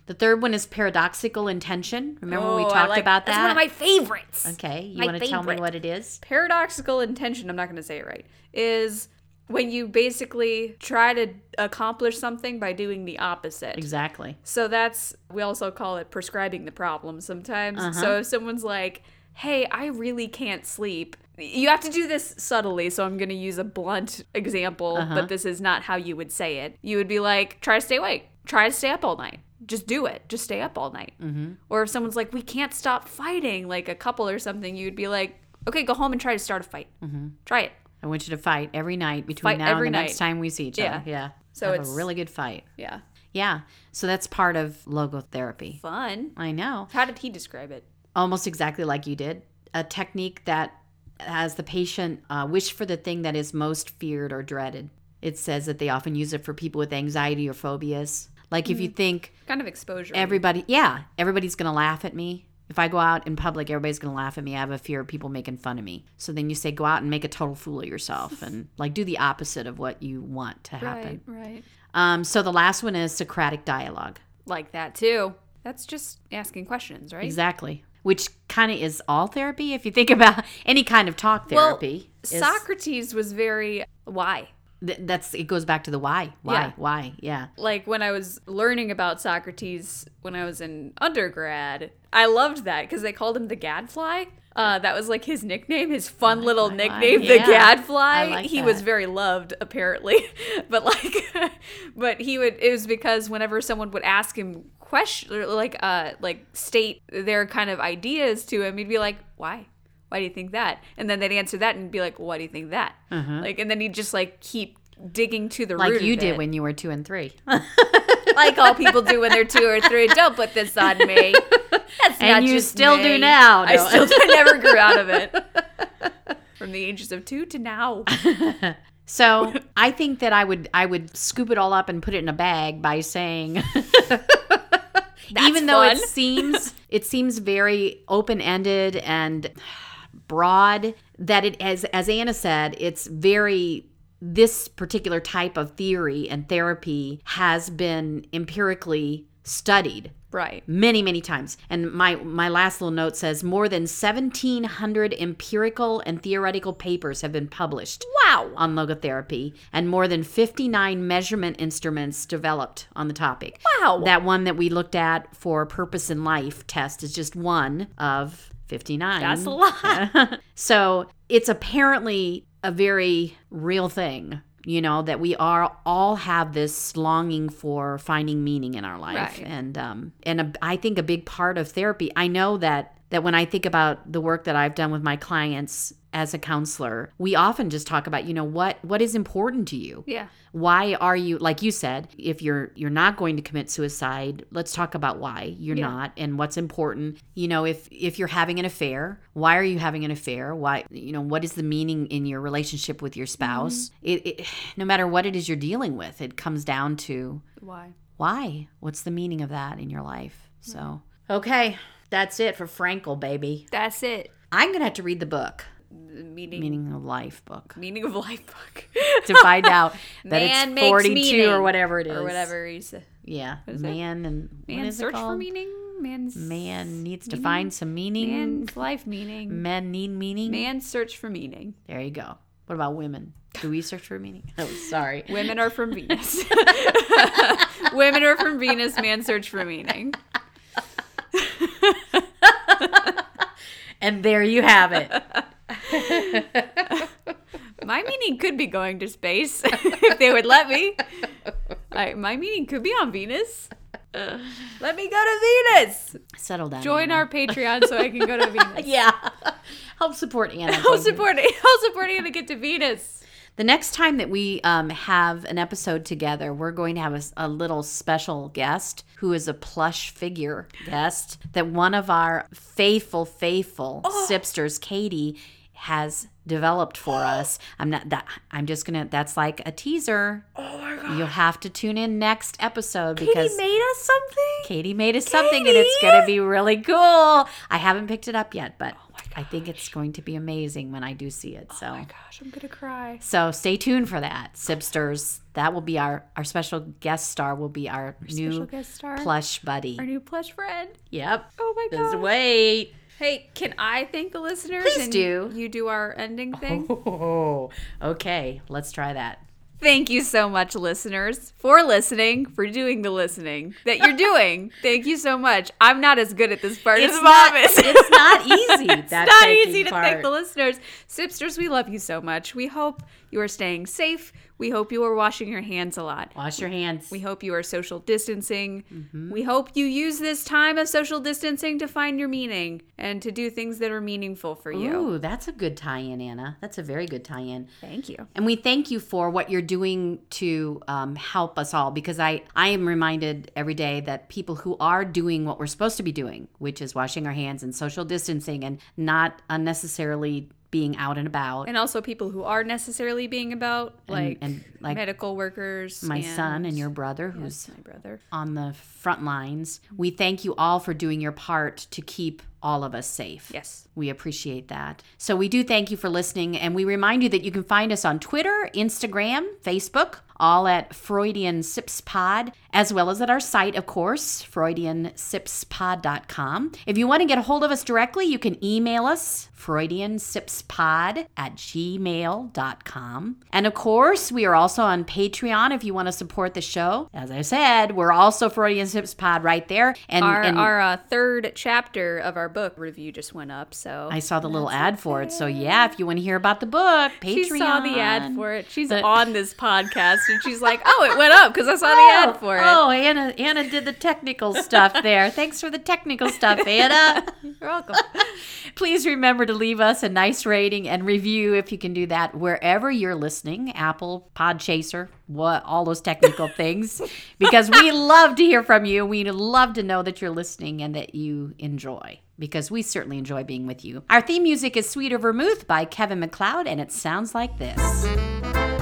[SPEAKER 3] The third one is paradoxical intention. Remember when we
[SPEAKER 2] Oh, I
[SPEAKER 3] talked
[SPEAKER 2] like-
[SPEAKER 3] about that?
[SPEAKER 2] That's one of my favorites.
[SPEAKER 3] okay, you
[SPEAKER 2] my
[SPEAKER 3] want to tell me
[SPEAKER 2] favorite.
[SPEAKER 3] what it is?
[SPEAKER 2] paradoxical intention, I'm not going to say it right, is when you basically try to accomplish something by doing the opposite.
[SPEAKER 3] Exactly.
[SPEAKER 2] So that's, we also call it prescribing the problem sometimes. So if someone's like, hey, I really can't sleep, you have to do this subtly. So I'm going to use a blunt example, but this is not how you would say it. You would be like, try to stay awake, try to stay up all night. Just do it. Just stay up all night. Mm-hmm. Or if someone's like, we can't stop fighting, like a couple or something, you'd be like, okay, go home and try to start a fight. Mm-hmm. Try it.
[SPEAKER 3] I want you to fight every night between
[SPEAKER 2] Fight
[SPEAKER 3] now and
[SPEAKER 2] every
[SPEAKER 3] the next
[SPEAKER 2] night.
[SPEAKER 3] time we see each other.
[SPEAKER 2] Yeah.
[SPEAKER 3] Yeah.
[SPEAKER 2] So
[SPEAKER 3] Have a
[SPEAKER 2] it's-
[SPEAKER 3] really good fight.
[SPEAKER 2] Yeah.
[SPEAKER 3] Yeah. So that's part of logotherapy.
[SPEAKER 2] Fun.
[SPEAKER 3] I know.
[SPEAKER 2] How did he describe it?
[SPEAKER 3] Almost exactly like you did. A technique that has the patient uh, wish for the thing that is most feared or dreaded. It says that they often use it for people with anxiety or phobias. Like if you think
[SPEAKER 2] Kind of exposure.
[SPEAKER 3] everybody, yeah, everybody's going to laugh at me. If I go out in public, everybody's going to laugh at me. I have a fear of people making fun of me. So then you say, go out and make a total fool of yourself and like do the opposite of what you want to happen.
[SPEAKER 2] right, right.
[SPEAKER 3] Um, so the last one is Socratic dialogue.
[SPEAKER 2] like that too. That's just asking questions, right?
[SPEAKER 3] Exactly. Which kind of is all therapy if you think about [LAUGHS] any kind of talk
[SPEAKER 2] Well,
[SPEAKER 3] therapy. is-
[SPEAKER 2] Socrates was very why.
[SPEAKER 3] th- that's it goes back to the why. Why?
[SPEAKER 2] Yeah.
[SPEAKER 3] Why? Yeah.
[SPEAKER 2] Like when I was learning about Socrates when I was in undergrad, I loved that because they called him the Gadfly. Uh, that was like his nickname, his fun little nickname, the
[SPEAKER 3] Yeah.
[SPEAKER 2] Gadfly.
[SPEAKER 3] I like
[SPEAKER 2] he
[SPEAKER 3] that.
[SPEAKER 2] was very loved, apparently. [LAUGHS] but like, [LAUGHS] but he would. It was because whenever someone would ask him question, or like, uh, like state their kind of ideas to him, he'd be like, "Why? Why do you think that?" And then they'd answer that and be like, "Why do you think that?" Like, and then he'd just like keep digging to the root
[SPEAKER 3] Uh-huh. Like
[SPEAKER 2] of
[SPEAKER 3] you did
[SPEAKER 2] it
[SPEAKER 3] when you were two and three.
[SPEAKER 2] like all people do when they're two or three. Don't put this on me. That's not
[SPEAKER 3] and you
[SPEAKER 2] just
[SPEAKER 3] still
[SPEAKER 2] me.
[SPEAKER 3] do now.
[SPEAKER 2] I
[SPEAKER 3] No.
[SPEAKER 2] still I never grew out of it.
[SPEAKER 3] [LAUGHS]
[SPEAKER 2] From the ages of two to now.
[SPEAKER 3] so I think that I would I would scoop it all up and put it in a bag by saying [LAUGHS] even though it
[SPEAKER 2] fun.
[SPEAKER 3] seems it seems very open ended and broad that it as as Anna said it's very this particular type of theory and therapy has been empirically studied
[SPEAKER 2] Right.
[SPEAKER 3] many many times and my my last little note says more than 1700 empirical and theoretical papers have been published
[SPEAKER 2] Wow.
[SPEAKER 3] on logotherapy and more than 59 measurement instruments developed on the topic.
[SPEAKER 2] Wow.
[SPEAKER 3] That one that we looked at for purpose in life test is just one of 59.
[SPEAKER 2] That's a [LAUGHS] lot.
[SPEAKER 3] so it's apparently a very real thing. You know that we are all have this longing for finding meaning in our life,
[SPEAKER 2] Right.
[SPEAKER 3] and um, and a, I think a big part of therapy. I know that that when I think about the work that I've done with my clients as a counselor, we often just talk about you know what what is important to you.
[SPEAKER 2] Yeah.
[SPEAKER 3] Why are you like you said? If you're you're not going to commit suicide, let's talk about why you're
[SPEAKER 2] Yeah.
[SPEAKER 3] not and what's important. You know, if if you're having an affair, why are you having an affair? Why you know what is the meaning in your relationship with your spouse?
[SPEAKER 2] Mm-hmm.
[SPEAKER 3] It, it no matter what it is you're dealing with, it comes down to
[SPEAKER 2] Why? Mm-hmm.
[SPEAKER 3] why. What's the meaning of that in your life? So Okay, that's it for Frankel, baby.
[SPEAKER 2] That's it.
[SPEAKER 3] I'm going to have to read the book,
[SPEAKER 2] The meaning
[SPEAKER 3] meaning of life book,
[SPEAKER 2] meaning of life [LAUGHS] book.
[SPEAKER 3] to find out that
[SPEAKER 2] Man
[SPEAKER 3] it's
[SPEAKER 2] makes
[SPEAKER 3] 42 or
[SPEAKER 2] meaning,
[SPEAKER 3] whatever it is.
[SPEAKER 2] or whatever he said.
[SPEAKER 3] Yeah. Man and what
[SPEAKER 2] Man
[SPEAKER 3] is it
[SPEAKER 2] search for
[SPEAKER 3] called?
[SPEAKER 2] meaning. Man's
[SPEAKER 3] Man needs to find some meaning.
[SPEAKER 2] man's life meaning.
[SPEAKER 3] Men need meaning.
[SPEAKER 2] Man's search for meaning.
[SPEAKER 3] There you go. What about women? Do we search for meaning? [LAUGHS] Oh, sorry.
[SPEAKER 2] Women are
[SPEAKER 3] [LAUGHS]
[SPEAKER 2] from Venus. [LAUGHS] Women are from Venus. Man search for meaning.
[SPEAKER 3] And there you have
[SPEAKER 2] [LAUGHS]
[SPEAKER 3] it.
[SPEAKER 2] My meaning could be going to space [LAUGHS] if they would let me. I, my meaning could be on Venus. let me go to Venus.
[SPEAKER 3] Settle down.
[SPEAKER 2] Join
[SPEAKER 3] Anna.
[SPEAKER 2] our Patreon so I can [LAUGHS] go to
[SPEAKER 3] [LAUGHS]
[SPEAKER 2] Venus.
[SPEAKER 3] Yeah. [LAUGHS] Help support Anna.
[SPEAKER 2] I'll support. I'll support you to get to Venus.
[SPEAKER 3] The next time that we um, have an episode together, we're going to have a, s- a little special guest who is a plush figure guest that one of our faithful, faithful sipsters, Katie, has developed for us. I'm not that. I'm just gonna. That's like a teaser. Oh my god! You'll have to tune in next episode because.
[SPEAKER 2] made us something.
[SPEAKER 3] Katie made us something and it's going to be really cool. I haven't picked it up yet, but I think it's going to be amazing when I do see it.
[SPEAKER 2] Oh
[SPEAKER 3] So
[SPEAKER 2] Gosh, I'm gonna cry.
[SPEAKER 3] so stay tuned for that, Sibsters. That will be our our special guest star. Will be our, new
[SPEAKER 2] Special guest star,
[SPEAKER 3] plush buddy.
[SPEAKER 2] our new plush friend.
[SPEAKER 3] yep.
[SPEAKER 2] Oh my
[SPEAKER 3] Just
[SPEAKER 2] god. [LAUGHS]
[SPEAKER 3] wait.
[SPEAKER 2] Hey, can I thank the listeners?
[SPEAKER 3] Please
[SPEAKER 2] and
[SPEAKER 3] do.
[SPEAKER 2] You do our ending thing.
[SPEAKER 3] Oh, okay. Let's try that.
[SPEAKER 2] Thank you so much, listeners, for listening, for doing the listening that you're [LAUGHS] doing. Thank you so much. I'm not as good at this part as
[SPEAKER 3] not,
[SPEAKER 2] Mom is.
[SPEAKER 3] it's
[SPEAKER 2] [LAUGHS]
[SPEAKER 3] not easy.
[SPEAKER 2] It's
[SPEAKER 3] that
[SPEAKER 2] not
[SPEAKER 3] taking
[SPEAKER 2] easy to
[SPEAKER 3] part.
[SPEAKER 2] thank the listeners. Sipsters, we love you so much. We hope you are staying safe. We hope you are washing your hands a lot.
[SPEAKER 3] Wash your hands.
[SPEAKER 2] We hope you are social distancing.
[SPEAKER 3] Mm-hmm.
[SPEAKER 2] We hope you use this time of social distancing to find your meaning and to do things that are meaningful for you.
[SPEAKER 3] Ooh, that's a good tie-in, Anna. That's a very good tie-in.
[SPEAKER 2] Thank you.
[SPEAKER 3] And we thank you for what you're doing to um, help us all because I, I am reminded every day that people who are doing what we're supposed to be doing, which is washing our hands and social distancing and not unnecessarily being out and about.
[SPEAKER 2] And also people who are necessarily being about, like,
[SPEAKER 3] and, like,
[SPEAKER 2] medical workers.
[SPEAKER 3] my son and your brother who's
[SPEAKER 2] my brother.
[SPEAKER 3] on the front lines. We thank you all for doing your part to keep all of us safe.
[SPEAKER 2] Yes.
[SPEAKER 3] We appreciate that. So we do thank you for listening, and we remind you that you can find us on Twitter, Instagram, Facebook, all at Freudian Sips Pod, as well as at our site, of course, FreudianSipsPod.com. If you want to get a hold of us directly, you can email us, FreudianSipsPod at gmail.com. And of course, we are also on Patreon if you want to support the show. As I said, we're also Freudian Sips Pod right there. And,
[SPEAKER 2] Our,
[SPEAKER 3] and
[SPEAKER 2] our uh, third chapter of our book review just went up, so
[SPEAKER 3] I saw the little ad for it. So yeah, if you want to hear about the book, Patreon.
[SPEAKER 2] she saw the ad for it. She's on this podcast, and she's like, "Oh, it went up because I saw the ad for it."
[SPEAKER 3] [LAUGHS] Oh, Anna, Anna did the technical stuff there. Thanks for the technical stuff,
[SPEAKER 2] [LAUGHS]
[SPEAKER 3] Anna.
[SPEAKER 2] You're welcome.
[SPEAKER 3] Please remember to leave us a nice rating and review if you can do that wherever you're listening Apple, Podchaser, what, all those
[SPEAKER 2] [LAUGHS]
[SPEAKER 3] technical things, because we love to hear from you. We love to know that you're listening and that you enjoy, because we certainly enjoy being with you. Our theme music is Sweeter Vermouth by Kevin McLeod, and it sounds like this.